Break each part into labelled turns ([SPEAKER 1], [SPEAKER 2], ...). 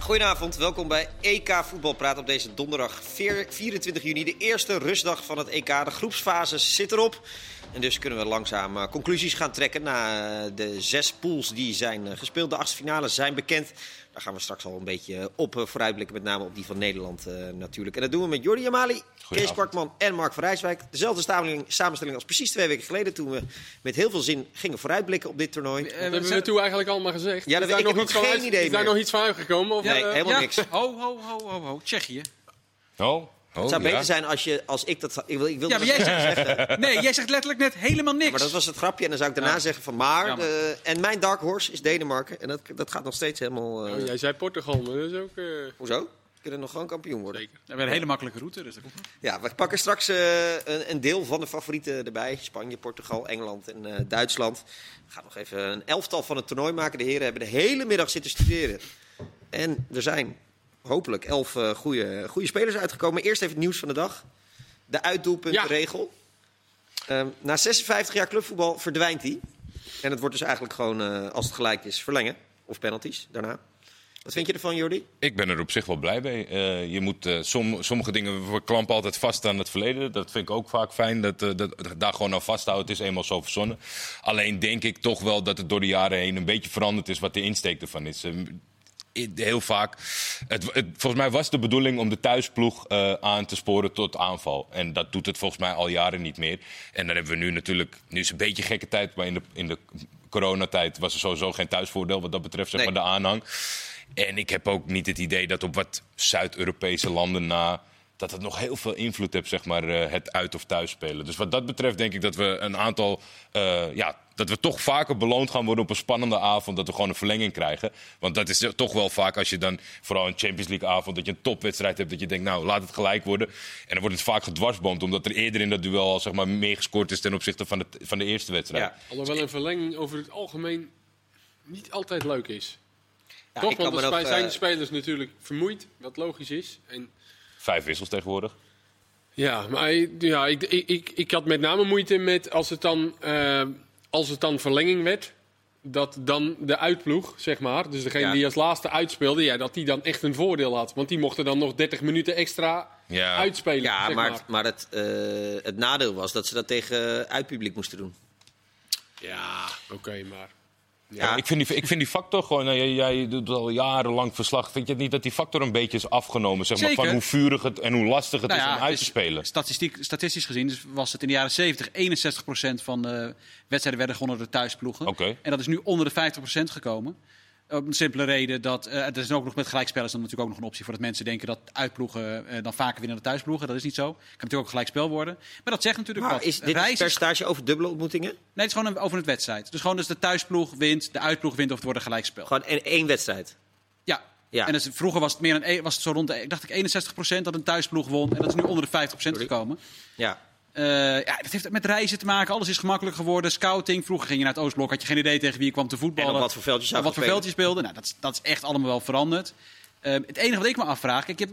[SPEAKER 1] Goedenavond, welkom bij EK Voetbalpraat op deze donderdag 24 juni. De eerste rustdag van het EK. De groepsfase zit erop. En dus kunnen we langzaam eh, conclusies gaan trekken na eh, de zes pools die zijn eh, gespeeld. De achtste finales zijn bekend. Daar gaan we straks al een beetje op eh, vooruitblikken, met name op die van Nederland eh, natuurlijk. En dat doen we met Jordi Amali, Kees Kwakman en Mark van Rijswijk. Dezelfde samenstelling, samenstelling als precies twee weken geleden toen we met heel veel zin gingen vooruitblikken op dit toernooi.
[SPEAKER 2] Oh,
[SPEAKER 3] Dat hebben we toen eigenlijk allemaal gezegd.
[SPEAKER 1] Ja, dat
[SPEAKER 3] is daar
[SPEAKER 1] weet- ik
[SPEAKER 3] nog
[SPEAKER 1] heb
[SPEAKER 3] iets
[SPEAKER 1] geen
[SPEAKER 3] van uit-
[SPEAKER 1] idee
[SPEAKER 3] Is daar
[SPEAKER 1] meer.
[SPEAKER 3] nog iets van uitgekomen? Of,
[SPEAKER 1] Nee,
[SPEAKER 3] eh,
[SPEAKER 1] helemaal niks.
[SPEAKER 2] Ho, ho, ho, ho, ho. Tsjechië.
[SPEAKER 4] Oh, oh
[SPEAKER 1] Het zou
[SPEAKER 4] ja.
[SPEAKER 1] beter zijn als, je, als ik dat... Ik wil, ik wil
[SPEAKER 2] Ja,
[SPEAKER 1] dat
[SPEAKER 2] maar jij
[SPEAKER 1] niet
[SPEAKER 2] zegt,
[SPEAKER 1] zeggen.
[SPEAKER 2] nee, jij zegt letterlijk net helemaal niks.
[SPEAKER 1] Maar dat was het grapje. En dan zou ik daarna
[SPEAKER 2] Ja.
[SPEAKER 1] zeggen van maar...
[SPEAKER 2] Jammer.
[SPEAKER 1] de- en mijn dark horse is Denemarken. En dat, dat gaat nog steeds helemaal... eh,
[SPEAKER 3] oh, jij zei Portugal, maar dat is ook... eh,
[SPEAKER 1] Hoezo? We kunnen nog gewoon kampioen worden.
[SPEAKER 3] zeker.
[SPEAKER 2] We hebben een hele makkelijke route, dus dat komt goed.
[SPEAKER 1] Ja, we pakken straks eh, een, een deel van de favorieten erbij. Spanje, Portugal, Engeland en eh, Duitsland. We gaan nog even een elftal van het toernooi maken. De heren hebben de hele middag zitten studeren. En er zijn hopelijk elf eh goede, goede spelers uitgekomen. Eerst even het nieuws van de dag. De uitdoelpuntregel. Ehm, na 56 jaar clubvoetbal verdwijnt die. En het wordt dus eigenlijk gewoon, eh, als het gelijk is, verlengen. Of penalties daarna. Wat vind je ervan, Jordi?
[SPEAKER 4] Ik ben er op zich wel blij mee. Eh, je moet, eh, som- sommige dingen, we klampen altijd vast aan het verleden. Dat vind ik ook vaak fijn, dat, eh, dat, dat daar gewoon aan vasthouden. Het is eenmaal zo verzonnen. Alleen denk ik toch wel dat het door de jaren heen een beetje veranderd is wat de insteek ervan is. Eh, i- Heel vaak. Het, het- volgens mij was de bedoeling om de thuisploeg eh, aan te sporen tot aanval. En dat doet het volgens mij al jaren niet meer. En dan hebben we nu natuurlijk. Nu is het een beetje gekke tijd. Maar in de, in de coronatijd was er sowieso geen thuisvoordeel wat dat betreft. Zeg
[SPEAKER 1] Nee.
[SPEAKER 4] maar de aanhang. En ik heb ook niet het idee dat op wat Zuid-Europese landen na. dat het nog heel veel invloed heeft, zeg maar, eh, het uit- of thuisspelen. Dus wat dat betreft denk ik dat we een aantal. eh, ja, dat we toch vaker beloond gaan worden op een spannende avond. Dat we gewoon een verlenging krijgen. Want dat is toch wel vaak als je dan, vooral een Champions League avond, dat je een topwedstrijd hebt. Dat je denkt, nou laat het gelijk worden. En dan wordt het vaak gedwarsboomd. Omdat er eerder in dat duel al zeg maar, meer gescoord is ten opzichte van de, van de eerste wedstrijd.
[SPEAKER 1] Ja.
[SPEAKER 3] Alhoewel een verlenging over het algemeen niet altijd leuk is.
[SPEAKER 1] Ja,
[SPEAKER 3] Toch?
[SPEAKER 1] ik kan
[SPEAKER 3] Want
[SPEAKER 1] me
[SPEAKER 3] dan
[SPEAKER 1] nog,
[SPEAKER 3] sp- zijn
[SPEAKER 1] eh,
[SPEAKER 3] de spelers natuurlijk vermoeid, wat logisch is. En
[SPEAKER 4] Vijf wissels tegenwoordig.
[SPEAKER 3] Ja, maar ja, ik, ik, ik, ik had met name moeite met als het dan, eh, als het dan verlenging werd. Dat dan de uitploeg, zeg maar, dus degene
[SPEAKER 1] Ja.
[SPEAKER 3] die als laatste uitspeelde, ja, dat die dan echt een voordeel had. Want die mochten dan nog 30 minuten extra
[SPEAKER 4] Ja.
[SPEAKER 3] uitspelen.
[SPEAKER 1] Ja,
[SPEAKER 3] zeg
[SPEAKER 1] maar,
[SPEAKER 3] maar.
[SPEAKER 1] maar. het, eh, het nadeel was dat ze dat tegen uitpubliek moesten doen.
[SPEAKER 3] Ja, oké, maar.
[SPEAKER 1] Ja,
[SPEAKER 4] Eh, Ik, vind die, ik vind die factor gewoon, nou, jij, jij doet al jarenlang verslag. Vind je het niet dat die factor een beetje is afgenomen? Zeg maar,
[SPEAKER 2] Zeker.
[SPEAKER 4] van hoe vurig het en hoe lastig het
[SPEAKER 2] Nou
[SPEAKER 4] is
[SPEAKER 2] ja,
[SPEAKER 4] om uit
[SPEAKER 2] dus
[SPEAKER 4] te spelen.
[SPEAKER 2] Statistiek, statistisch gezien dus was het in de jaren 70 61% van de wedstrijden werden gewonnen door de thuisploegen.
[SPEAKER 4] Oké.
[SPEAKER 2] En dat is nu onder de 50% gekomen. Om een simpele reden dat eh er is ook nog met gelijkspelers dan natuurlijk ook nog een optie voor dat mensen denken dat uitploegen eh, dan vaker winnen dan thuisploegen. Dat is niet zo. Het kan natuurlijk ook gelijk spel worden. Maar dat zegt natuurlijk
[SPEAKER 1] Maar
[SPEAKER 2] wat.
[SPEAKER 1] is dit een
[SPEAKER 2] Reis is
[SPEAKER 1] percentage over dubbele ontmoetingen?
[SPEAKER 2] Nee, het is gewoon een- over een wedstrijd. Dus gewoon dus de thuisploeg wint, de uitploeg wint of het wordt een gelijkspel.
[SPEAKER 1] Gewoon in één wedstrijd.
[SPEAKER 2] Ja.
[SPEAKER 1] Ja.
[SPEAKER 2] En dus vroeger was het, meer dan, een- was het zo rond de, dacht ik, 61% dat een thuisploeg won. En dat is nu onder de 50% gekomen.
[SPEAKER 1] Ja.
[SPEAKER 2] Eh, ja, dat heeft met reizen te maken. Alles is gemakkelijk geworden. Scouting. Vroeger ging je naar het Oostblok. Had je geen idee tegen wie je kwam te voetballen.
[SPEAKER 1] En op wat voor veldjes zou
[SPEAKER 2] Op wat voor
[SPEAKER 1] spelen.
[SPEAKER 2] veldjes speelde. Nou, dat, is- dat is echt allemaal wel veranderd. Eh, het enige wat ik me afvraag. Kijk, je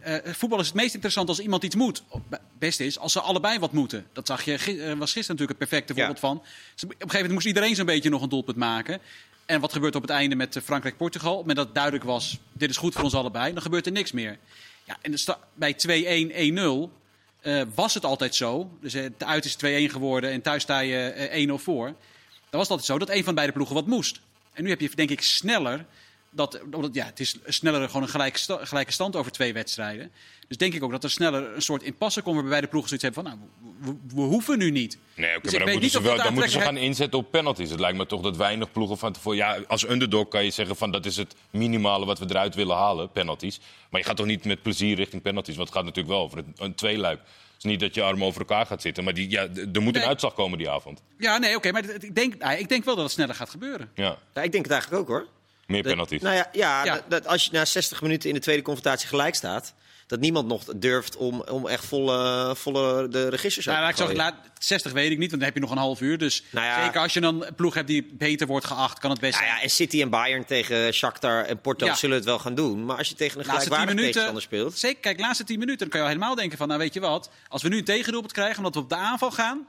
[SPEAKER 2] hebt, eh, voetbal is het meest interessant als iemand iets moet. Het beste is als ze allebei wat moeten. Dat zag je, gi- eh, was gisteren natuurlijk het perfecte
[SPEAKER 1] Ja.
[SPEAKER 2] voorbeeld van. Dus op een gegeven moment moest iedereen zo'n beetje nog een doelpunt maken. En wat gebeurt op het einde met eh, Frankrijk-Portugal? Op het moment dat het duidelijk was, dit is goed voor ons allebei, dan gebeurt er niks meer. Ja, en dan sta- bij 2-1, 1-0 eh, was het altijd zo. Dus eh, uit is het 2-1 geworden en thuis sta je eh, 1-0 voor. Dan was het altijd zo dat een van beide ploegen wat moest. En nu heb je denk ik sneller... Dat, omdat, ja, het is sneller gewoon een gelijk sta- gelijke stand over twee wedstrijden. Dus denk ik ook dat er sneller een soort impasse komt... waarbij beide ploegen zoiets hebben van... Nou, we, we- we hoeven nu niet.
[SPEAKER 4] Nee, oké,
[SPEAKER 2] Dus ik
[SPEAKER 4] maar dan
[SPEAKER 2] weet
[SPEAKER 4] moeten, ze
[SPEAKER 2] niet of
[SPEAKER 4] wel,
[SPEAKER 2] dat
[SPEAKER 4] dan moeten ze gaan
[SPEAKER 2] aantrekkelijk-
[SPEAKER 4] inzetten op penalties. Het lijkt me toch dat weinig ploegen van tevoren... Ja, als underdog kan je zeggen van dat is het minimale wat we eruit willen halen, penalties. Maar je gaat toch niet met plezier richting penalties? Want het gaat natuurlijk wel over het, een tweeluik. Het is niet dat je armen over elkaar gaat zitten. Maar die, ja, d- er moet
[SPEAKER 2] Nee.
[SPEAKER 4] een uitslag komen die avond.
[SPEAKER 2] Ja, nee, oké, maar het- het- ik denk, nou, ik denk wel dat het sneller gaat gebeuren.
[SPEAKER 4] Ja,
[SPEAKER 1] Ja, ik denk het eigenlijk ook hoor.
[SPEAKER 4] meer
[SPEAKER 1] Dat-
[SPEAKER 4] penalties.
[SPEAKER 1] Nou ja, ja,
[SPEAKER 2] Ja.
[SPEAKER 1] Dat, dat als je na 60 minuten in de tweede confrontatie gelijk staat, dat niemand nog durft om, om echt volle, volle de registers
[SPEAKER 2] Nou,
[SPEAKER 1] uit
[SPEAKER 2] laat
[SPEAKER 1] te
[SPEAKER 2] ik zeggen,
[SPEAKER 1] gooien.
[SPEAKER 2] laat, 60 weet ik niet, want dan heb je nog een half uur. Dus
[SPEAKER 1] oh, Nou ja.
[SPEAKER 2] zeker als je dan een ploeg hebt die beter wordt geacht, kan het best
[SPEAKER 1] Nou
[SPEAKER 2] zijn.
[SPEAKER 1] ja, en City en Bayern tegen Shakhtar en Porto
[SPEAKER 2] Ja.
[SPEAKER 1] zullen het wel gaan doen. Maar als je tegen een
[SPEAKER 2] laatste 10
[SPEAKER 1] gelijkwaardige
[SPEAKER 2] minuten.
[SPEAKER 1] tegenstander speelt...
[SPEAKER 2] Zeker, kijk, laatste 10 minuten. Dan kan je al helemaal denken van, nou weet je wat, als we nu een tegendoelpunt krijgen omdat we op de aanval gaan,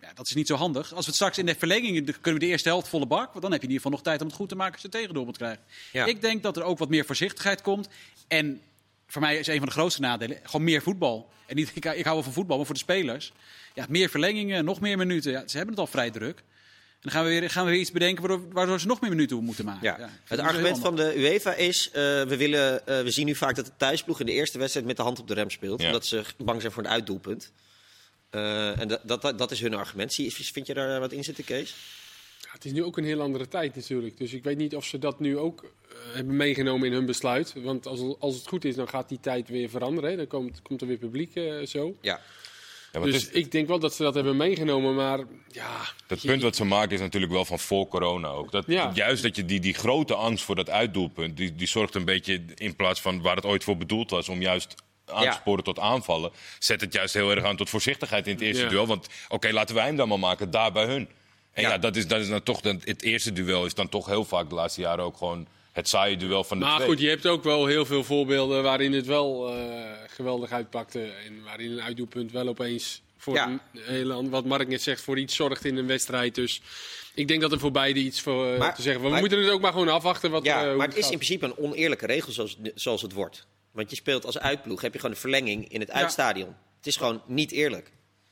[SPEAKER 2] Ja, dat is niet zo handig. Als we het straks in de verlenging kunnen we de eerste helft volle bak. Want dan heb je in ieder geval nog tijd om het goed te maken als je tegendoel moet krijgen.
[SPEAKER 1] Ja.
[SPEAKER 2] Ik denk dat er ook wat meer voorzichtigheid komt. En voor mij is een van de grootste nadelen gewoon meer voetbal. En niet, ik, ik hou wel van voetbal, maar voor de spelers. Ja, meer verlengingen, nog meer minuten. Ja, ze hebben het al vrij druk. En dan gaan we weer, gaan we weer iets bedenken waardoor, waardoor ze nog meer minuten moeten maken.
[SPEAKER 1] Ja.
[SPEAKER 2] Ja, ik vind dat
[SPEAKER 1] het
[SPEAKER 2] heel
[SPEAKER 1] argument
[SPEAKER 2] handig.
[SPEAKER 1] van de UEFA is, eh, we, willen, eh, we zien nu vaak dat de thuisploeg in de eerste wedstrijd met de hand op de rem speelt.
[SPEAKER 4] Ja.
[SPEAKER 1] Omdat ze bang zijn voor een uitdoelpunt. Eh, en dat, dat, dat is hun argument. Zie- Vind je daar eh, wat in zitten, Kees?
[SPEAKER 3] Ja, het is nu ook een heel andere tijd natuurlijk. Dus ik weet niet of ze dat nu ook eh, hebben meegenomen in hun besluit. Want als, als het goed is, dan gaat die tijd weer veranderen. Hè. Dan komt, komt er weer publiek eh, zo.
[SPEAKER 1] Ja.
[SPEAKER 4] Ja, maar
[SPEAKER 3] Dus
[SPEAKER 4] het is-
[SPEAKER 3] ik denk wel dat ze dat hebben meegenomen. Maar ja,
[SPEAKER 4] Dat punt wat ze maken is natuurlijk wel van voor corona ook. Dat,
[SPEAKER 3] Ja.
[SPEAKER 4] dat Juist dat je die, die grote angst voor dat uitdoelpunt, die, die zorgt een beetje in plaats van waar het ooit voor bedoeld was, om juist aan
[SPEAKER 1] Ja.
[SPEAKER 4] te sporen tot aanvallen, zet het juist heel erg aan tot voorzichtigheid in het eerste
[SPEAKER 3] Ja.
[SPEAKER 4] duel. Want oké, laten wij hem dan maar maken, daar bij hun. En ja,
[SPEAKER 1] Ja.
[SPEAKER 4] dat, is, dat is dan toch, dat, het eerste duel is dan toch heel vaak de laatste jaren ook gewoon het saaie duel van de
[SPEAKER 3] Maar
[SPEAKER 4] twee.
[SPEAKER 3] goed, je hebt ook wel heel veel voorbeelden waarin het wel eh, geweldig uitpakte. En waarin een uitdoelpunt wel opeens voor
[SPEAKER 1] Ja.
[SPEAKER 3] een hele, an- wat Mark net zegt, voor iets zorgt in een wedstrijd. Dus ik denk dat er voor beide iets voor eh,
[SPEAKER 1] Maar-
[SPEAKER 3] te zeggen. We
[SPEAKER 1] maar-
[SPEAKER 3] moeten het ook maar gewoon afwachten. Wat,
[SPEAKER 1] Ja,
[SPEAKER 3] eh, hoe
[SPEAKER 1] maar het is
[SPEAKER 3] gaat.
[SPEAKER 1] in principe een oneerlijke regel zoals, het nu- zoals het wordt. Want je speelt als uitploeg, heb je gewoon een verlenging in het uitstadion. Het is gewoon niet eerlijk.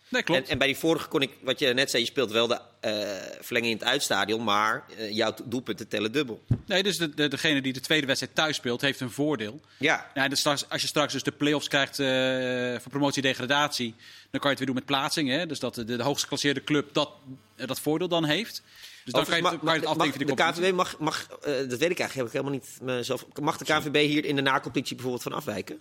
[SPEAKER 2] Nee, klopt.
[SPEAKER 1] En, en bij die vorige kon ik, wat je net zei, je speelt wel de eh, verlenging in het uitstadion, maar eh, jouw doelpunten tellen dubbel.
[SPEAKER 2] Nee, dus de, de- degene die de tweede wedstrijd thuis speelt, heeft een voordeel.
[SPEAKER 1] Ja,
[SPEAKER 2] Nou, dus straks, als je straks dus de play-offs krijgt eh, voor promotie-degradatie, dan kan je het weer doen met plaatsing. Hè? Dus dat de, de hoogst geclasseerde club dat, eh, dat voordeel dan heeft. Dus dan kan je,
[SPEAKER 1] Overigens,
[SPEAKER 2] het-
[SPEAKER 1] ma-
[SPEAKER 2] kan je het
[SPEAKER 1] mag-
[SPEAKER 2] afdenken van de
[SPEAKER 1] mag- De
[SPEAKER 2] competitie.
[SPEAKER 1] KVB mag, mag eh, dat weet ik eigenlijk, heb ik helemaal niet mezelf. Mag de KVB hier in de nacompetitie bijvoorbeeld van afwijken?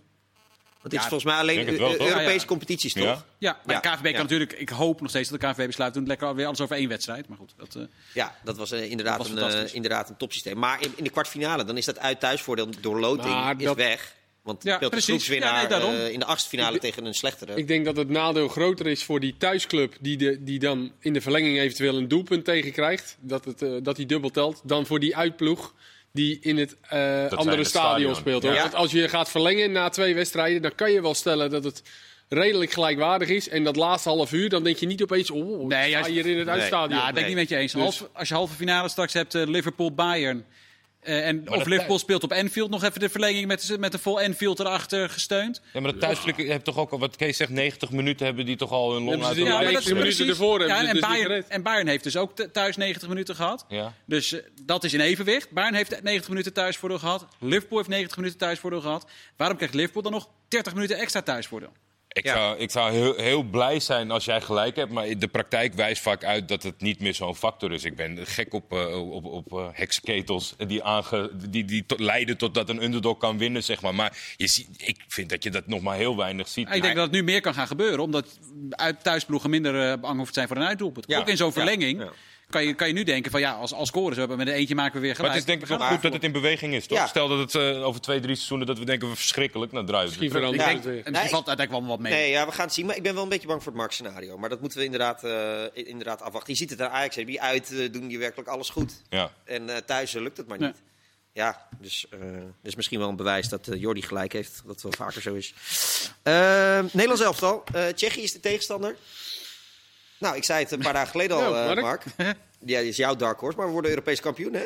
[SPEAKER 1] Want dit
[SPEAKER 2] Ja,
[SPEAKER 1] is volgens mij alleen
[SPEAKER 4] denk
[SPEAKER 1] Eu-
[SPEAKER 4] het wel, toch?
[SPEAKER 1] Europese
[SPEAKER 2] Ja, ja.
[SPEAKER 1] competities, toch?
[SPEAKER 4] Ja.
[SPEAKER 1] Ja,
[SPEAKER 2] Ja, maar de
[SPEAKER 1] Ja,
[SPEAKER 2] KVB kan
[SPEAKER 1] ja.
[SPEAKER 2] natuurlijk... Ik hoop nog steeds dat de KVB besluit doen. Lekker weer alles over één wedstrijd. Maar goed, dat, eh,
[SPEAKER 1] dat was, eh, inderdaad,
[SPEAKER 2] Dat was
[SPEAKER 1] een,
[SPEAKER 2] fantastisch.
[SPEAKER 1] eh, inderdaad een topsysteem. Maar in, in de kwartfinale, dan is dat uit-thuisvoordeel door loting
[SPEAKER 3] Maar
[SPEAKER 1] is
[SPEAKER 3] dat-
[SPEAKER 1] weg. Want
[SPEAKER 2] Ja,
[SPEAKER 1] je speelt de
[SPEAKER 2] precies.
[SPEAKER 1] groepswinnaar
[SPEAKER 2] Ja, nee, daarom.
[SPEAKER 1] eh, in de achtste finale tegen een slechtere.
[SPEAKER 3] Ik denk dat het nadeel groter is voor die thuisclub die, de, die dan in de verlenging eventueel een doelpunt tegenkrijgt. Dat, het, eh, dat die dubbel telt. Dan voor die uitploeg die in het eh, andere
[SPEAKER 4] het
[SPEAKER 3] stadion,
[SPEAKER 4] stadion.
[SPEAKER 3] speelt. Hoor.
[SPEAKER 1] Ja.
[SPEAKER 3] Want als je gaat verlengen na twee wedstrijden, dan kan je wel stellen dat het redelijk gelijkwaardig is. En dat laatste half uur, dan denk je niet opeens, oh,
[SPEAKER 2] Nee,
[SPEAKER 3] nee,
[SPEAKER 2] juist-
[SPEAKER 3] hier in het
[SPEAKER 1] Nee.
[SPEAKER 3] uitstadion.
[SPEAKER 2] nou, ik ben
[SPEAKER 1] nee.
[SPEAKER 2] ik niet met je eens.
[SPEAKER 3] Dus-
[SPEAKER 2] Half- als je halve finale straks hebt, eh, Liverpool-Bayern... eh, en, of
[SPEAKER 4] dat-
[SPEAKER 2] Liverpool speelt op Anfield nog even de verlenging met, met een vol Anfield erachter gesteund.
[SPEAKER 4] Ja, maar dat thuisvlek heeft toch ook al, wat Kees zegt, 90 minuten hebben die toch al hun long
[SPEAKER 3] Hebben
[SPEAKER 4] uit
[SPEAKER 3] ze
[SPEAKER 4] de
[SPEAKER 3] die-
[SPEAKER 4] lijn.
[SPEAKER 3] maar dat- 90 minuten ervoor hebben ze
[SPEAKER 2] Ja, en,
[SPEAKER 3] het dus niet
[SPEAKER 2] Bayern,
[SPEAKER 3] gered.
[SPEAKER 2] en Bayern heeft dus ook th- thuis 90 minuten gehad.
[SPEAKER 4] Ja.
[SPEAKER 2] Dus eh, dat is in evenwicht. Bayern heeft 90 minuten thuisvoordeel gehad. Liverpool heeft 90 minuten thuisvoordeel gehad. Waarom krijgt Liverpool dan nog 30 minuten extra thuisvoordeel?
[SPEAKER 4] Ik
[SPEAKER 1] Ja.
[SPEAKER 4] zou, ik zou heel, heel blij zijn als jij gelijk hebt, maar de praktijk wijst vaak uit dat het niet meer zo'n factor is. Ik ben gek op, eh, op, op eh, heksketels die, aange, die, die tot, leiden tot dat een underdog kan winnen, zeg maar. Maar je ziet, ik vind dat je dat nog maar heel weinig ziet.
[SPEAKER 2] Ah, Ik denk dat het nu meer kan gaan gebeuren, omdat uit thuisploegen minder eh, bang hoeft te zijn voor een uitdoelpunt.
[SPEAKER 1] Ja.
[SPEAKER 2] Ook in zo'n
[SPEAKER 1] Ja.
[SPEAKER 2] verlenging
[SPEAKER 1] Ja.
[SPEAKER 2] kan, je, kan je nu denken van ja, als, als scoren ze hebben met een eentje maken we weer
[SPEAKER 4] maar
[SPEAKER 2] gelijk.
[SPEAKER 4] het is denk ik
[SPEAKER 2] We
[SPEAKER 4] wel
[SPEAKER 2] gaan
[SPEAKER 4] goed dat het in beweging is, toch?
[SPEAKER 1] Ja.
[SPEAKER 4] Stel dat het eh, over twee, drie seizoenen dat we denken, we verschrikkelijk, nou draaien we
[SPEAKER 3] Misschien
[SPEAKER 4] terug.
[SPEAKER 3] verandert
[SPEAKER 1] Ja.
[SPEAKER 3] het weer.
[SPEAKER 2] En misschien
[SPEAKER 1] Nee, ik-
[SPEAKER 2] valt uiteindelijk wel wat mee.
[SPEAKER 1] Nee, ja, we gaan het zien. Maar ik ben wel een beetje bang voor het marktscenario. Maar dat moeten we inderdaad, eh, inderdaad afwachten. Je ziet het aan Ajax. hè. Die uit eh, doen die werkelijk alles goed.
[SPEAKER 4] Ja.
[SPEAKER 1] En eh, thuis eh, lukt het maar
[SPEAKER 2] Nee.
[SPEAKER 1] niet. Ja, dus eh, dat is misschien wel een bewijs dat eh, Jordi gelijk heeft. Dat wel vaker zo is. Eh, Nederlands elftal. Eh Tsjechië is de tegenstander. Nou, ik zei het een paar dagen geleden al,
[SPEAKER 3] Nou,
[SPEAKER 1] eh,
[SPEAKER 3] Mark.
[SPEAKER 1] Mark. Ja, die is jouw dark horse. Maar we worden Europees kampioen, hè?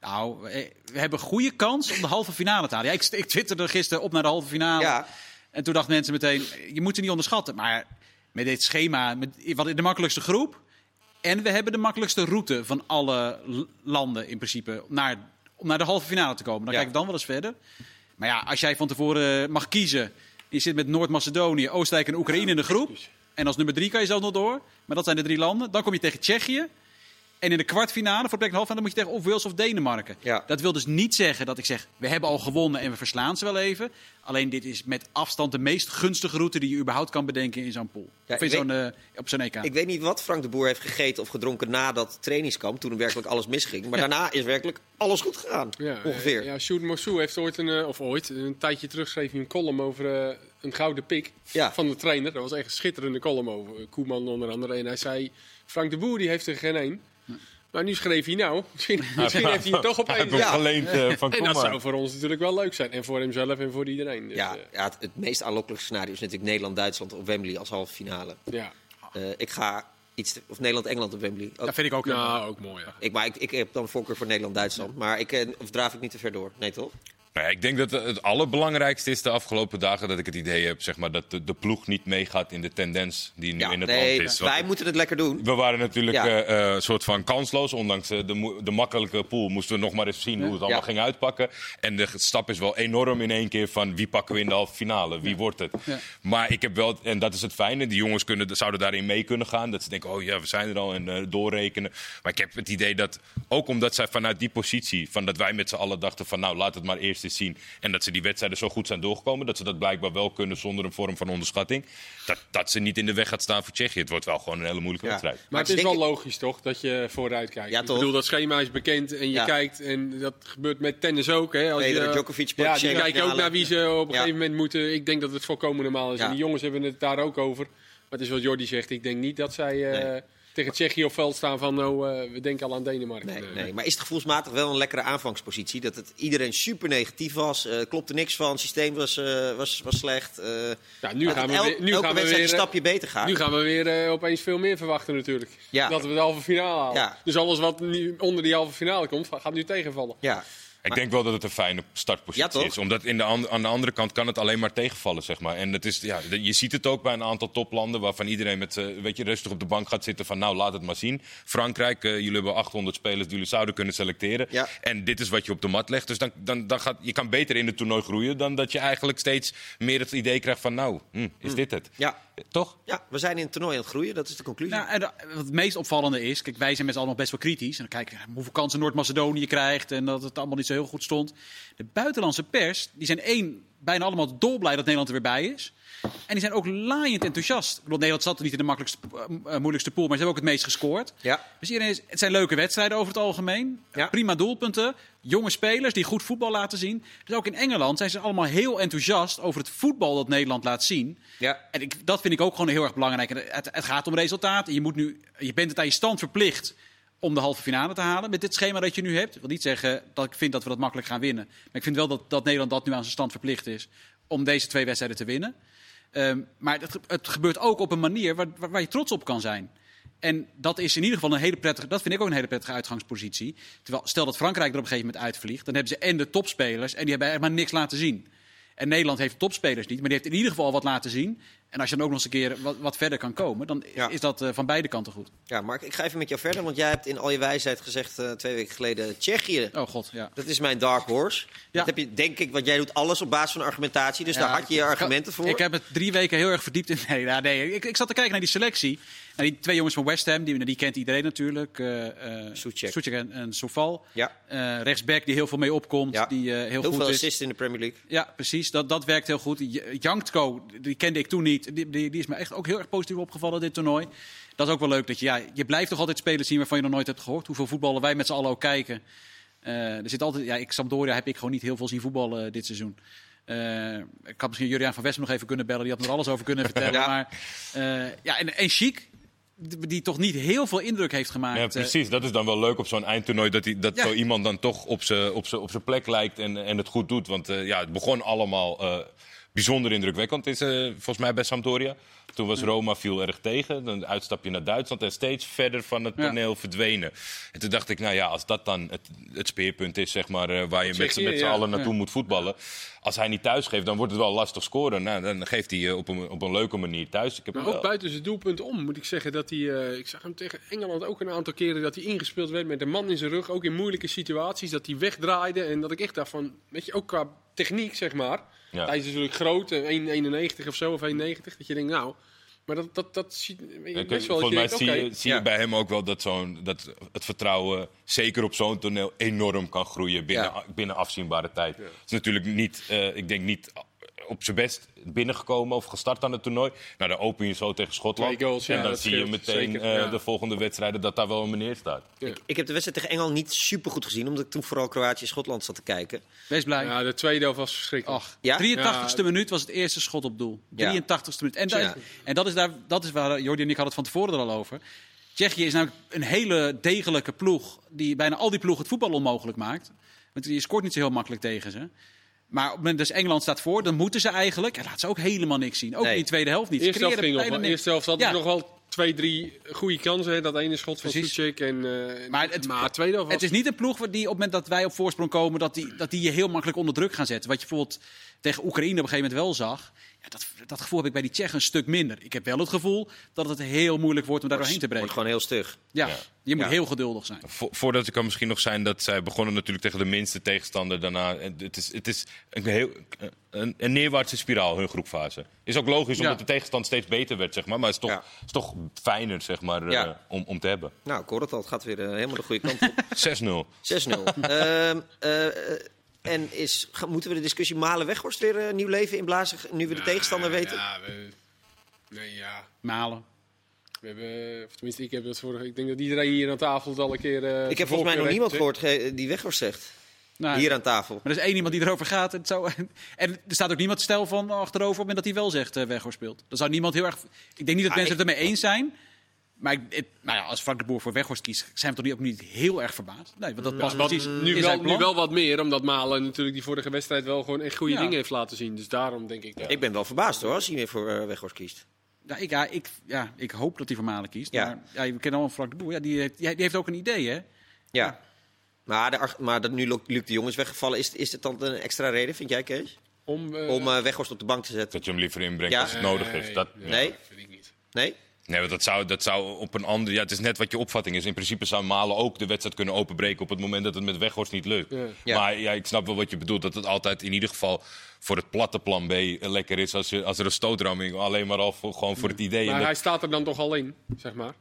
[SPEAKER 2] Nou, eh, we hebben goede kans om de halve finale te halen. Ja, ik, ik twitterde gisteren op naar de halve finale.
[SPEAKER 1] Ja.
[SPEAKER 2] En toen dachten mensen meteen, je moet het niet onderschatten. Maar met dit schema, met, we hadden de makkelijkste groep. En we hebben de makkelijkste route van alle l- landen in principe. Naar, om naar de halve finale te komen. Dan
[SPEAKER 1] Ja.
[SPEAKER 2] kijken we dan wel eens verder. Maar ja, als jij van tevoren mag kiezen. Je zit met Noord-Macedonië, Oostenrijk en Oekraïne in de groep. En als nummer drie kan je zelf nog door. Maar dat zijn de drie landen. Dan kom je tegen Tsjechië. En in de kwartfinale, voor plek en halve, dan moet je tegen of Wales of Denemarken.
[SPEAKER 1] Ja.
[SPEAKER 2] Dat wil dus niet zeggen dat ik zeg, we hebben al gewonnen en we verslaan ze wel even. Alleen dit is met afstand de meest gunstige route die je überhaupt kan bedenken in zo'n pool.
[SPEAKER 1] Ja,
[SPEAKER 2] of in
[SPEAKER 1] ik weet-
[SPEAKER 2] zo'n, eh, op zo'n EK.
[SPEAKER 1] Ik weet niet wat Frank de Boer heeft gegeten of gedronken na dat trainingskamp. Toen werkelijk alles misging. Maar daarna is werkelijk alles goed gegaan.
[SPEAKER 3] Ja,
[SPEAKER 1] ongeveer.
[SPEAKER 3] eh, Ja, Sjoerd Mossou heeft ooit een, eh, of ooit, een tijdje terug schreef hij een column over eh, een gouden pik
[SPEAKER 1] Ja.
[SPEAKER 3] van de trainer. Dat was echt een schitterende column over eh, Koeman onder andere. En hij zei, Frank de Boer die heeft er geen één. Maar nu schreef hij nou, misschien, misschien heeft hij er toch op
[SPEAKER 4] Hij
[SPEAKER 3] één.
[SPEAKER 4] heeft hem
[SPEAKER 1] Ja.
[SPEAKER 4] geleend eh, van
[SPEAKER 3] En dat zou
[SPEAKER 4] Koeman.
[SPEAKER 3] voor ons natuurlijk wel leuk zijn. En voor hemzelf en voor iedereen. Dus,
[SPEAKER 1] Ja,
[SPEAKER 3] eh,
[SPEAKER 1] ja het, het meest aanlokkelijke scenario is natuurlijk Nederland-Duitsland op Wembley als halve finale.
[SPEAKER 3] ja.
[SPEAKER 1] Eh, ik ga Iets te- of Nederland-Engeland op Wembley. Ook-
[SPEAKER 2] Dat vind ik ook heel mooi.
[SPEAKER 3] Nou, ook mooi. Ja.
[SPEAKER 1] ik, maar ik, ik heb dan voorkeur voor Nederland-Duitsland. Maar ik, eh, of draaf ik niet te ver door. Nee, toch?
[SPEAKER 4] Nou ja, ik denk dat het allerbelangrijkste is de afgelopen dagen dat ik het idee heb zeg maar, dat de, de ploeg niet meegaat in de tendens die nu in het
[SPEAKER 1] nee,
[SPEAKER 4] land is. Want
[SPEAKER 1] wij moeten het lekker doen.
[SPEAKER 4] we waren natuurlijk eh,
[SPEAKER 1] Ja.
[SPEAKER 4] een soort van kansloos. Ondanks eh, de, mo- de makkelijke pool moesten we nog maar eens zien hoe het allemaal
[SPEAKER 1] Ja.
[SPEAKER 4] ging uitpakken. En de stap is wel enorm in één keer van wie pakken we in de halve finale, wie wordt het.
[SPEAKER 2] Ja.
[SPEAKER 4] Maar ik heb wel, en dat is het fijne, die jongens kunnen, zouden daarin mee kunnen gaan. Dat ze denken, oh ja, we zijn er al en eh, doorrekenen. Maar ik heb het idee dat, ook omdat zij vanuit die positie, van dat wij met z'n allen dachten van nou, laat het maar eerst eens zien. En dat ze die wedstrijden zo goed zijn doorgekomen, dat ze dat blijkbaar wel kunnen zonder een vorm van onderschatting. Dat, dat ze niet in de weg gaat staan voor Tsjechië. Het wordt wel gewoon een hele moeilijke
[SPEAKER 1] Ja.
[SPEAKER 4] wedstrijd.
[SPEAKER 3] Maar het
[SPEAKER 1] ik
[SPEAKER 3] is wel
[SPEAKER 1] denk-
[SPEAKER 3] logisch toch dat je vooruit kijkt.
[SPEAKER 1] Ja,
[SPEAKER 3] ik
[SPEAKER 1] toch?
[SPEAKER 3] bedoel, dat schema is bekend en je
[SPEAKER 1] Ja.
[SPEAKER 3] kijkt. En dat gebeurt met tennis ook. Hè, als
[SPEAKER 1] Federer,
[SPEAKER 3] je,
[SPEAKER 1] Djokovic,
[SPEAKER 3] ja, die
[SPEAKER 1] Champions
[SPEAKER 3] kijken ook
[SPEAKER 1] finale.
[SPEAKER 3] naar wie ze op een
[SPEAKER 1] Ja.
[SPEAKER 3] gegeven moment moeten. Ik denk dat het volkomen normaal is.
[SPEAKER 1] Ja.
[SPEAKER 3] En die jongens hebben het daar ook over. Maar het is wat Jordi zegt. Ik denk niet dat zij eh,
[SPEAKER 1] Nee.
[SPEAKER 3] tegen Tsjechië op veld staan van... nou, eh, we denken al aan Denemarken.
[SPEAKER 1] Nee, nee, maar is het gevoelsmatig wel een lekkere aanvangspositie? Dat het iedereen super negatief was, eh klopte niks van, het systeem was, eh, was, was slecht. eh,
[SPEAKER 3] Ja, nu
[SPEAKER 1] dat
[SPEAKER 3] gaan we
[SPEAKER 1] el-
[SPEAKER 3] weer- nu
[SPEAKER 1] elke
[SPEAKER 3] gaan we
[SPEAKER 1] wedstrijd
[SPEAKER 3] weer,
[SPEAKER 1] een
[SPEAKER 3] eh,
[SPEAKER 1] stapje beter gaat.
[SPEAKER 3] Nu gaan we weer eh, opeens veel meer verwachten natuurlijk.
[SPEAKER 1] Ja.
[SPEAKER 3] Dat we de halve finale halen.
[SPEAKER 1] Ja.
[SPEAKER 3] Dus alles wat nu onder die halve finale komt, gaat nu tegenvallen.
[SPEAKER 1] Ja.
[SPEAKER 4] Ik
[SPEAKER 1] Maar-
[SPEAKER 4] denk wel dat het een fijne
[SPEAKER 1] Ja,
[SPEAKER 4] startpositie
[SPEAKER 1] toch?
[SPEAKER 4] is. Omdat in de an- aan de andere kant kan het alleen maar tegenvallen, zeg maar. En het is, ja, de- je ziet het ook bij een aantal toplanden... waarvan iedereen met, eh, weet je, rustig op de bank gaat zitten van... nou, laat het maar zien. Frankrijk, eh, jullie hebben 800 spelers die jullie zouden kunnen selecteren.
[SPEAKER 1] Ja.
[SPEAKER 4] En dit is wat je op de mat legt. Dus dan, dan, dan gaat, je kan beter in het toernooi groeien... dan dat je eigenlijk steeds meer het idee krijgt van... nou, hm, is dit het?
[SPEAKER 1] Ja.
[SPEAKER 4] Eh, Toch?
[SPEAKER 1] ja, we zijn in het toernooi aan het groeien, dat is de conclusie.
[SPEAKER 2] Nou, en eh, wat het meest opvallende is, kijk, wij zijn met z'n allen nog best wel kritisch. En dan kijken we eh, hoeveel kansen Noord-Macedonië krijgt en dat het allemaal niet zo heel goed stond. De buitenlandse pers, die zijn één, bijna allemaal dolblij dat Nederland er weer bij is. En die zijn ook laaiend enthousiast. Ik bedoel, Nederland zat er niet in de makkelijkste, eh, m- eh, moeilijkste pool, maar ze hebben ook het meest gescoord.
[SPEAKER 1] Ja.
[SPEAKER 2] Dus iedereen is, het zijn leuke wedstrijden over het algemeen.
[SPEAKER 1] Ja.
[SPEAKER 2] Prima doelpunten. Jonge spelers die goed voetbal laten zien. Dus ook in Engeland zijn ze allemaal heel enthousiast over het voetbal dat Nederland laat zien.
[SPEAKER 1] ja.
[SPEAKER 2] En ik, dat vind ik ook gewoon heel erg belangrijk. En Het, het gaat om resultaat. En je, moet nu, je bent het aan je stand verplicht om de halve finale te halen. Met dit schema dat je nu hebt. Ik wil niet zeggen dat ik vind dat we dat makkelijk gaan winnen. Maar ik vind wel dat, dat Nederland dat nu aan zijn stand verplicht is. Om deze twee wedstrijden te winnen. Ehm, maar het, ge- het gebeurt ook op een manier waar, waar, waar je trots op kan zijn. En dat is in ieder geval een hele prettige, dat vind ik ook een hele prettige uitgangspositie. Terwijl, stel dat Frankrijk er op een gegeven moment uitvliegt, dan hebben ze en de topspelers en die hebben eigenlijk maar niks laten zien. En Nederland heeft topspelers niet, maar die heeft in ieder geval wat laten zien. En als je dan ook nog eens een keer wat, wat verder kan komen, dan
[SPEAKER 1] Ja.
[SPEAKER 2] is dat eh, van beide kanten goed.
[SPEAKER 1] ja, Mark, ik ga even met jou verder, want jij hebt in al je wijsheid gezegd eh, twee weken geleden Tsjechië.
[SPEAKER 2] Oh god, ja.
[SPEAKER 1] Dat is mijn dark horse. Dat heb je, denk ik, want jij doet alles op basis van argumentatie. Dus
[SPEAKER 2] Ja,
[SPEAKER 1] daar had je je argumenten voor.
[SPEAKER 2] Ik heb het drie weken heel erg verdiept in. Nee, nou, nee ik, ik zat te kijken naar die selectie. En die twee jongens van West Ham, die, die kent iedereen natuurlijk. eh eh,
[SPEAKER 1] Soucek.
[SPEAKER 2] en, en Soval.
[SPEAKER 1] ja.
[SPEAKER 2] Eh, rechtsback die heel veel mee opkomt,
[SPEAKER 1] Ja.
[SPEAKER 2] die eh, heel,
[SPEAKER 1] Heel
[SPEAKER 2] goed
[SPEAKER 1] veel
[SPEAKER 2] is.
[SPEAKER 1] assists in de Premier League.
[SPEAKER 2] Ja, precies. Dat, dat werkt heel goed. J- Janktko, die kende ik toen niet. Die, die, die is me echt ook heel erg positief opgevallen, dit toernooi. Dat is ook wel leuk. Dat je, ja, je blijft toch altijd spelers zien waarvan je nog nooit hebt gehoord. Hoeveel voetballen wij met z'n allen ook kijken. Eh, er zit altijd, ja, ik, Sampdoria heb ik gewoon niet heel veel zien voetballen dit seizoen. Eh, ik had misschien Juriaan van Westen nog even kunnen bellen. Die had me er alles over kunnen vertellen.
[SPEAKER 1] Ja.
[SPEAKER 2] Maar, eh, ja, en, en Chic, die die toch niet heel veel indruk heeft gemaakt.
[SPEAKER 4] Ja,
[SPEAKER 2] eh,
[SPEAKER 4] precies. Dat is dan wel leuk op zo'n eindtoernooi. Dat, die, dat
[SPEAKER 2] Ja.
[SPEAKER 4] zo iemand dan toch op zijn op z'n- op z'n plek lijkt en, en het goed doet. Want eh, ja, het begon allemaal eh, bijzonder indrukwekkend. Is, eh, volgens mij bij Sampdoria. Toen was Roma viel erg tegen. Dan uitstapje naar Duitsland en steeds verder van het
[SPEAKER 2] Ja.
[SPEAKER 4] toneel verdwenen. En toen dacht ik, nou ja, als dat dan het, het speerpunt is, zeg maar, eh, waar je met, z'n- met z'n
[SPEAKER 3] ja.
[SPEAKER 4] allen naartoe moet voetballen. Als hij niet thuis geeft, dan wordt het wel lastig scoren. Nou, dan geeft hij eh, op, een, op een leuke manier thuis. Ik heb eh,
[SPEAKER 3] Maar
[SPEAKER 4] hem
[SPEAKER 3] ook
[SPEAKER 4] wel-
[SPEAKER 3] buiten zijn doelpunt om, moet ik zeggen dat hij. eh, ik zag hem tegen Engeland ook een aantal keren dat hij ingespeeld werd met een man in zijn rug. Ook in moeilijke situaties. Dat hij wegdraaide. En dat ik echt dacht van. Weet je, ook qua techniek zeg maar.
[SPEAKER 4] Ja.
[SPEAKER 3] Hij is natuurlijk groot, eh, 1,91 of zo, of 1,90. Dat je denkt, nou. Maar dat, dat, dat ziet weet je,
[SPEAKER 4] Ik-
[SPEAKER 3] best wel. dat
[SPEAKER 4] volgens
[SPEAKER 3] je
[SPEAKER 4] mij
[SPEAKER 3] denkt,
[SPEAKER 4] zie, je,
[SPEAKER 3] oké.
[SPEAKER 4] zie je
[SPEAKER 1] Ja.
[SPEAKER 4] bij hem ook wel dat, zo'n, dat het vertrouwen, zeker op zo'n toneel, enorm kan groeien binnen,
[SPEAKER 1] Ja.
[SPEAKER 4] binnen afzienbare tijd. Het is natuurlijk niet, eh, ik denk niet op zijn best binnengekomen of gestart aan het toernooi. Nou, dan open je zo tegen Schotland.
[SPEAKER 3] Twee goals,
[SPEAKER 4] en
[SPEAKER 3] ja,
[SPEAKER 4] dan
[SPEAKER 3] dat
[SPEAKER 4] zie je
[SPEAKER 3] scheelt.
[SPEAKER 4] meteen
[SPEAKER 3] Zeker,
[SPEAKER 4] eh,
[SPEAKER 3] ja.
[SPEAKER 4] de volgende wedstrijden dat daar wel een meneer staat.
[SPEAKER 1] Ik heb de wedstrijd tegen Engeland niet super goed gezien, omdat ik toen vooral Kroatië en Schotland zat te kijken.
[SPEAKER 2] Wees blij.
[SPEAKER 3] Ja, de tweede helft was verschrikkelijk.
[SPEAKER 2] Ach,
[SPEAKER 1] Ja?
[SPEAKER 2] 83ste
[SPEAKER 3] Ja.
[SPEAKER 2] minuut was het eerste schot op doel.
[SPEAKER 1] Ja.
[SPEAKER 2] 83ste minuut. En, daar-
[SPEAKER 1] Ja.
[SPEAKER 2] en dat, is daar, dat is waar eh, Jordi en ik hadden het van tevoren er al over. Tsjechië is namelijk een hele degelijke ploeg. Die bijna al die ploegen het voetbal onmogelijk maakt. Want je scoort niet zo heel makkelijk tegen ze. Maar op het moment dat Engeland staat voor, dan moeten ze eigenlijk. En laat ze ook helemaal niks zien. Ook
[SPEAKER 1] Nee.
[SPEAKER 2] in die tweede helft niet. Ze
[SPEAKER 3] Eerste helft
[SPEAKER 2] creëren
[SPEAKER 3] ging nog
[SPEAKER 2] bijna
[SPEAKER 3] wel.
[SPEAKER 2] niks.
[SPEAKER 3] Eerste helft hadden
[SPEAKER 2] Ja.
[SPEAKER 3] ze nog wel twee, drie goede kansen. Hè? Dat ene schot van
[SPEAKER 2] Precies.
[SPEAKER 3] Suchek en eh,
[SPEAKER 2] Maar het-
[SPEAKER 3] maar tweede helft was
[SPEAKER 2] Het is niet een ploeg die op het moment dat wij op voorsprong komen, dat die, dat die je heel makkelijk onder druk gaan zetten. Wat je bijvoorbeeld tegen Oekraïne op een gegeven moment wel zag. Ja, dat, dat gevoel heb ik bij die Tsjechen een stuk minder. Ik heb wel het gevoel dat het heel moeilijk wordt om daar doorheen te
[SPEAKER 1] Wordt
[SPEAKER 2] breken.
[SPEAKER 1] gewoon heel stug.
[SPEAKER 2] Ja,
[SPEAKER 4] Ja.
[SPEAKER 2] je moet
[SPEAKER 1] Ja.
[SPEAKER 2] heel geduldig zijn.
[SPEAKER 4] Vo- voordat het kan misschien nog zijn dat zij begonnen natuurlijk tegen de minste tegenstander. Daarna, en het is, het is een, heel, een, een neerwaartse spiraal, hun groepfase. Is ook logisch,
[SPEAKER 2] Ja.
[SPEAKER 4] omdat de tegenstand steeds beter werd, zeg maar. Maar het is toch,
[SPEAKER 1] Ja.
[SPEAKER 4] is toch fijner, zeg maar,
[SPEAKER 1] Ja.
[SPEAKER 4] eh, om, om te hebben. 6-0.
[SPEAKER 1] Nou, ik hoor het al. Het gaat weer eh, helemaal de goede kant op. 6-0. Ehm, eh, eh, en is, ga- moeten we de discussie Malen Weghorst weer eh, nieuw leven inblazen, nu we de tegenstander weten?
[SPEAKER 3] Ja, we, nee, ja.
[SPEAKER 2] Malen.
[SPEAKER 3] We hebben, of tenminste, ik heb dat vorige. Ik denk dat iedereen hier aan tafel het al een keer. eh,
[SPEAKER 1] ik heb volgens mij nog
[SPEAKER 3] heeft,
[SPEAKER 1] niemand
[SPEAKER 3] hè?
[SPEAKER 1] gehoord ge- die Weghorst zegt.
[SPEAKER 2] Nou,
[SPEAKER 1] Hier aan tafel.
[SPEAKER 2] Maar er is één iemand die erover gaat. En, het zou, en er staat ook niemand stijl van achterover op het moment dat hij wel zegt eh Weghorst speelt. Dan zou niemand heel erg... Ik denk niet dat
[SPEAKER 1] Ah,
[SPEAKER 2] mensen
[SPEAKER 1] ik-
[SPEAKER 2] het ermee eens zijn. Maar ik, het- nou ja, als Frank de Boer voor Weghorst kiest, zijn we toch niet, ook niet heel erg verbaasd? Nee, want dat
[SPEAKER 1] Mm.
[SPEAKER 2] was
[SPEAKER 3] Wat
[SPEAKER 2] precies
[SPEAKER 3] nu,
[SPEAKER 2] in zijn
[SPEAKER 3] wel, nu
[SPEAKER 2] plan.
[SPEAKER 3] wel wat meer, omdat Malen natuurlijk die vorige wedstrijd wel gewoon echt goede
[SPEAKER 2] Ja.
[SPEAKER 3] dingen heeft laten zien. Dus daarom denk ik. dat-
[SPEAKER 1] Ik ben wel verbaasd hoor, als hij weer voor eh, Weghorst kiest.
[SPEAKER 2] Nou, ik, ja, ik, ja, ik hoop dat hij voor Malen kiest.
[SPEAKER 1] Ja.
[SPEAKER 2] Maar ja, we kennen allemaal Frank de Boer. Ja, die, heeft, die heeft ook een idee, hè?
[SPEAKER 1] Ja. Maar, de, arg- maar dat nu Lo- Luc de Jong is weggevallen, is, is dat dan een extra reden, vind jij Kees?
[SPEAKER 3] Om, eh,
[SPEAKER 1] Om eh, Weghorst op de bank te zetten?
[SPEAKER 4] Dat je hem liever inbrengt
[SPEAKER 1] Ja.
[SPEAKER 4] als het nodig is. Dat,
[SPEAKER 3] nee,
[SPEAKER 1] Nee?
[SPEAKER 3] dat vind ik niet.
[SPEAKER 1] Nee?
[SPEAKER 4] Nee, want dat zou, dat zou op een andere. Ja, het is net wat je opvatting is. In principe zou Malen ook de wedstrijd kunnen openbreken op het moment dat het met Weghorst niet lukt.
[SPEAKER 3] Ja.
[SPEAKER 1] Ja.
[SPEAKER 4] Maar ja, ik snap wel wat je bedoelt. Dat het altijd in ieder geval voor het platte plan B eh, lekker is als, je, als er een stootramming. Alleen maar al voor, gewoon voor het idee. en
[SPEAKER 3] Maar
[SPEAKER 4] dat-
[SPEAKER 3] hij staat er dan toch al in, zeg maar.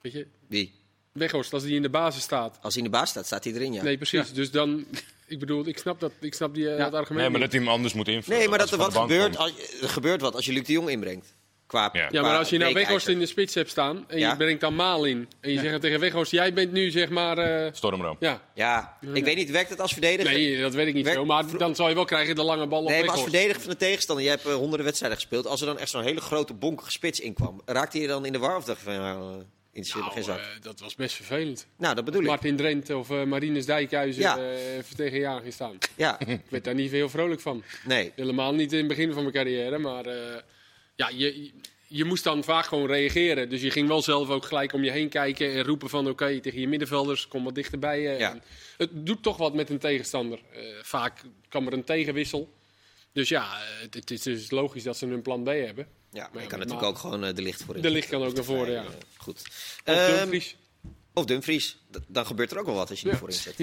[SPEAKER 3] Weet je,
[SPEAKER 1] Wie?
[SPEAKER 3] Weghorst, als die in de basis staat.
[SPEAKER 1] Als hij in de baas staat, staat hij erin, ja.
[SPEAKER 3] Nee, precies. Dus dan, ik bedoel, ik snap dat, ik snap die, eh, dat argument.
[SPEAKER 4] nee, maar
[SPEAKER 3] niet.
[SPEAKER 4] dat hij hem anders moet invullen.
[SPEAKER 1] Nee, maar dat
[SPEAKER 4] Als
[SPEAKER 1] er
[SPEAKER 4] hij
[SPEAKER 1] wat
[SPEAKER 4] van de bank
[SPEAKER 1] gebeurt,
[SPEAKER 4] komt.
[SPEAKER 1] als, er gebeurt wat als je Luc de Jong inbrengt. Qua,
[SPEAKER 4] Ja.
[SPEAKER 3] Ja, maar als je nou Weghorst in de spits hebt staan en
[SPEAKER 1] Ja.
[SPEAKER 3] je brengt dan Maal in. En je zegt dan tegen Weghorst, jij bent nu zeg maar... eh,
[SPEAKER 4] Stormram.
[SPEAKER 3] ja,
[SPEAKER 1] Ja, ik weet niet, werkt het als verdediger? Nee,
[SPEAKER 3] nee, dat weet ik niet
[SPEAKER 1] Wer-
[SPEAKER 3] zo. Maar dan zal je wel krijgen de lange bal op
[SPEAKER 1] maar als
[SPEAKER 3] Weghorst.
[SPEAKER 1] verdediger van de tegenstander. Jij hebt eh, honderden wedstrijden gespeeld. Als er dan echt zo'n hele grote bonkige spits inkwam, raakte je dan in de war of dacht je van, nou, eh, interesseert me geen
[SPEAKER 3] Nou,
[SPEAKER 1] zak?
[SPEAKER 3] eh, dat was best vervelend.
[SPEAKER 1] nou, dat bedoel ik.
[SPEAKER 3] Martin Drent of eh Marines Dijkhuizen
[SPEAKER 1] Ja.
[SPEAKER 3] ja. even tegen je aangestaan.
[SPEAKER 1] Ja,
[SPEAKER 3] ik werd daar niet heel vrolijk van.
[SPEAKER 1] nee.
[SPEAKER 3] Helemaal niet in het begin van mijn carrière, maar eh, ja, je, je moest dan vaak gewoon reageren. Dus je ging wel zelf ook gelijk om je heen kijken en roepen van oké, tegen je middenvelders, kom wat dichterbij. eh.
[SPEAKER 1] Ja.
[SPEAKER 3] En Het doet toch wat met een tegenstander. Eh, vaak kan er een tegenwissel. Dus ja, eh, het, het is dus logisch dat ze een plan B hebben.
[SPEAKER 1] Ja, maar
[SPEAKER 3] Maar
[SPEAKER 1] je
[SPEAKER 3] ja,
[SPEAKER 1] kan
[SPEAKER 3] met
[SPEAKER 1] natuurlijk
[SPEAKER 3] Ma-
[SPEAKER 1] ook gewoon eh, de licht voor in.
[SPEAKER 3] De licht kan ook naar voren, ja.
[SPEAKER 1] Eh, Goed.
[SPEAKER 3] Of
[SPEAKER 1] Ehm,
[SPEAKER 3] Dumfries.
[SPEAKER 1] of Dumfries. D- Dan gebeurt er ook wel wat als je
[SPEAKER 3] Ja.
[SPEAKER 1] ervoor inzet.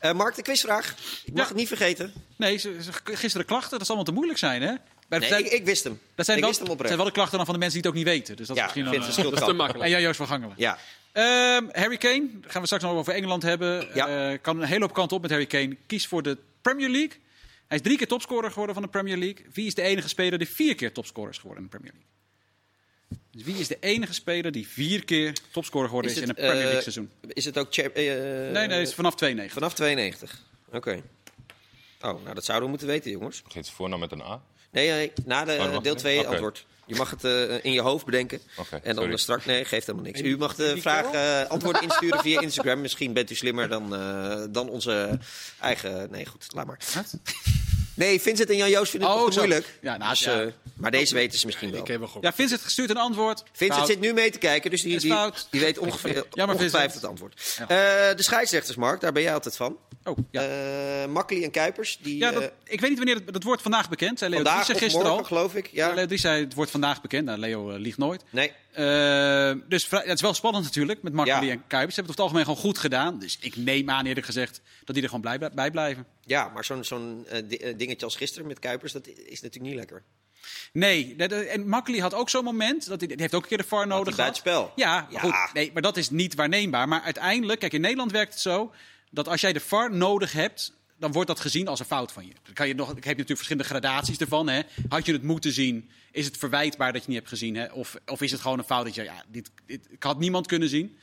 [SPEAKER 1] Eh, Mark, de quizvraag. Ik mag
[SPEAKER 2] Ja.
[SPEAKER 1] het niet vergeten.
[SPEAKER 2] Nee, ze- ze- gisteren klachten, dat zal allemaal te moeilijk zijn, hè? Maar
[SPEAKER 1] Nee,
[SPEAKER 2] zijn,
[SPEAKER 1] ik, ik wist hem.
[SPEAKER 2] dat zijn,
[SPEAKER 1] ik
[SPEAKER 2] wel,
[SPEAKER 1] wist hem oprecht.
[SPEAKER 2] zijn wel de klachten dan van de mensen die het ook niet weten. Dus dat
[SPEAKER 1] ja,
[SPEAKER 2] is misschien
[SPEAKER 1] ik
[SPEAKER 2] dan,
[SPEAKER 1] vind het verschil
[SPEAKER 2] eh,
[SPEAKER 3] Dat is te
[SPEAKER 1] krap.
[SPEAKER 3] makkelijk.
[SPEAKER 2] En jij, Joost van Gangelen.
[SPEAKER 1] Ja,
[SPEAKER 2] Ehm, Harry Kane, daar gaan we straks nog over Engeland hebben.
[SPEAKER 1] Ja.
[SPEAKER 2] Eh, kan een hele hoop kant op met Harry Kane. Kies voor de Premier League. Hij is drie keer topscorer geworden van de Premier League. Wie is de enige speler die vier keer topscorer is geworden in de Premier League? Dus wie is de enige speler die vier keer topscorer geworden
[SPEAKER 1] Is
[SPEAKER 2] is,
[SPEAKER 1] het,
[SPEAKER 2] in een Premier
[SPEAKER 1] eh,
[SPEAKER 2] League seizoen?
[SPEAKER 1] is het ook... cha- eh,
[SPEAKER 2] nee, nee, het is vanaf 92.
[SPEAKER 1] Vanaf 92. Oké. Oh, nou dat zouden we moeten weten, jongens.
[SPEAKER 4] Geeft zijn voornaam met een A.
[SPEAKER 1] Nee, nee, na de,
[SPEAKER 4] Oh, dat mag
[SPEAKER 1] eh, deel
[SPEAKER 4] niet.
[SPEAKER 1] 2
[SPEAKER 4] Oké.
[SPEAKER 1] antwoord. Je mag het eh, in je hoofd bedenken.
[SPEAKER 4] Oké,
[SPEAKER 1] en dan
[SPEAKER 4] sorry.
[SPEAKER 1] eh, straks... Nee, geeft helemaal niks. U mag de
[SPEAKER 2] die
[SPEAKER 1] vraag, eh, antwoorden insturen via Instagram. Misschien bent u slimmer dan, eh, dan onze eigen... Nee, goed, laat maar.
[SPEAKER 2] Wat?
[SPEAKER 1] Nee, Vincent en Jan-Joost vinden het
[SPEAKER 2] Oh,
[SPEAKER 1] toch te
[SPEAKER 2] zo.
[SPEAKER 1] moeilijk.
[SPEAKER 2] Ja, nou,
[SPEAKER 1] Dus,
[SPEAKER 2] ja.
[SPEAKER 1] eh, maar deze weten ze misschien wel.
[SPEAKER 3] Ik heb wel goed.
[SPEAKER 2] Ja, Vincent gestuurd een antwoord. Nou,
[SPEAKER 1] Vincent
[SPEAKER 2] Fout.
[SPEAKER 1] zit nu mee te kijken, dus die,
[SPEAKER 2] Is
[SPEAKER 1] die,
[SPEAKER 2] fout.
[SPEAKER 1] die weet ongeveer,
[SPEAKER 2] Jammer,
[SPEAKER 1] ongetwijfeld
[SPEAKER 2] Vincent.
[SPEAKER 1] het antwoord. Eh, de scheidsrechters, Mark, daar ben jij altijd van.
[SPEAKER 2] Oh, ja.
[SPEAKER 1] Eh Makkely en Kuipers, die
[SPEAKER 2] ja, dat,
[SPEAKER 1] eh,
[SPEAKER 2] ik weet niet wanneer het, dat wordt vandaag bekend. Zei Leo
[SPEAKER 1] vandaag
[SPEAKER 2] Driessen
[SPEAKER 1] of
[SPEAKER 2] gisteren
[SPEAKER 1] morgen,
[SPEAKER 2] al.
[SPEAKER 1] geloof ik. Ja.
[SPEAKER 2] Leo Driessen zei, het wordt vandaag bekend. Nou, Leo eh, liegt nooit.
[SPEAKER 1] Nee,
[SPEAKER 2] Eh, dus vrij- ja, het is wel spannend natuurlijk met Marco
[SPEAKER 1] Ja.
[SPEAKER 2] Lee en Kuipers. Ze hebben het over het algemeen gewoon goed gedaan. Dus ik neem aan eerlijk gezegd dat die er gewoon blij, bij blijven.
[SPEAKER 1] ja, maar zo'n zo'n eh, di- eh, dingetje als gisteren met Kuipers, dat is natuurlijk niet lekker.
[SPEAKER 2] Nee, dat- dat- en Makkely had ook zo'n moment. Dat, hij- die heeft ook een keer de VAR nodig
[SPEAKER 1] bij het
[SPEAKER 2] gehad.
[SPEAKER 1] spel.
[SPEAKER 2] Ja, maar
[SPEAKER 1] Ja.
[SPEAKER 2] goed. Nee, maar dat is niet waarneembaar. Maar uiteindelijk, kijk, in Nederland werkt het zo dat als jij de VAR nodig hebt, dan wordt dat gezien als een fout van je. Dan kan je nog, ik heb natuurlijk verschillende gradaties ervan. Hè. Had je het moeten zien, is het verwijtbaar dat je niet hebt gezien? Hè? Of, of is het gewoon een fout dat je, ja, dit, dit ik had niemand kunnen zien?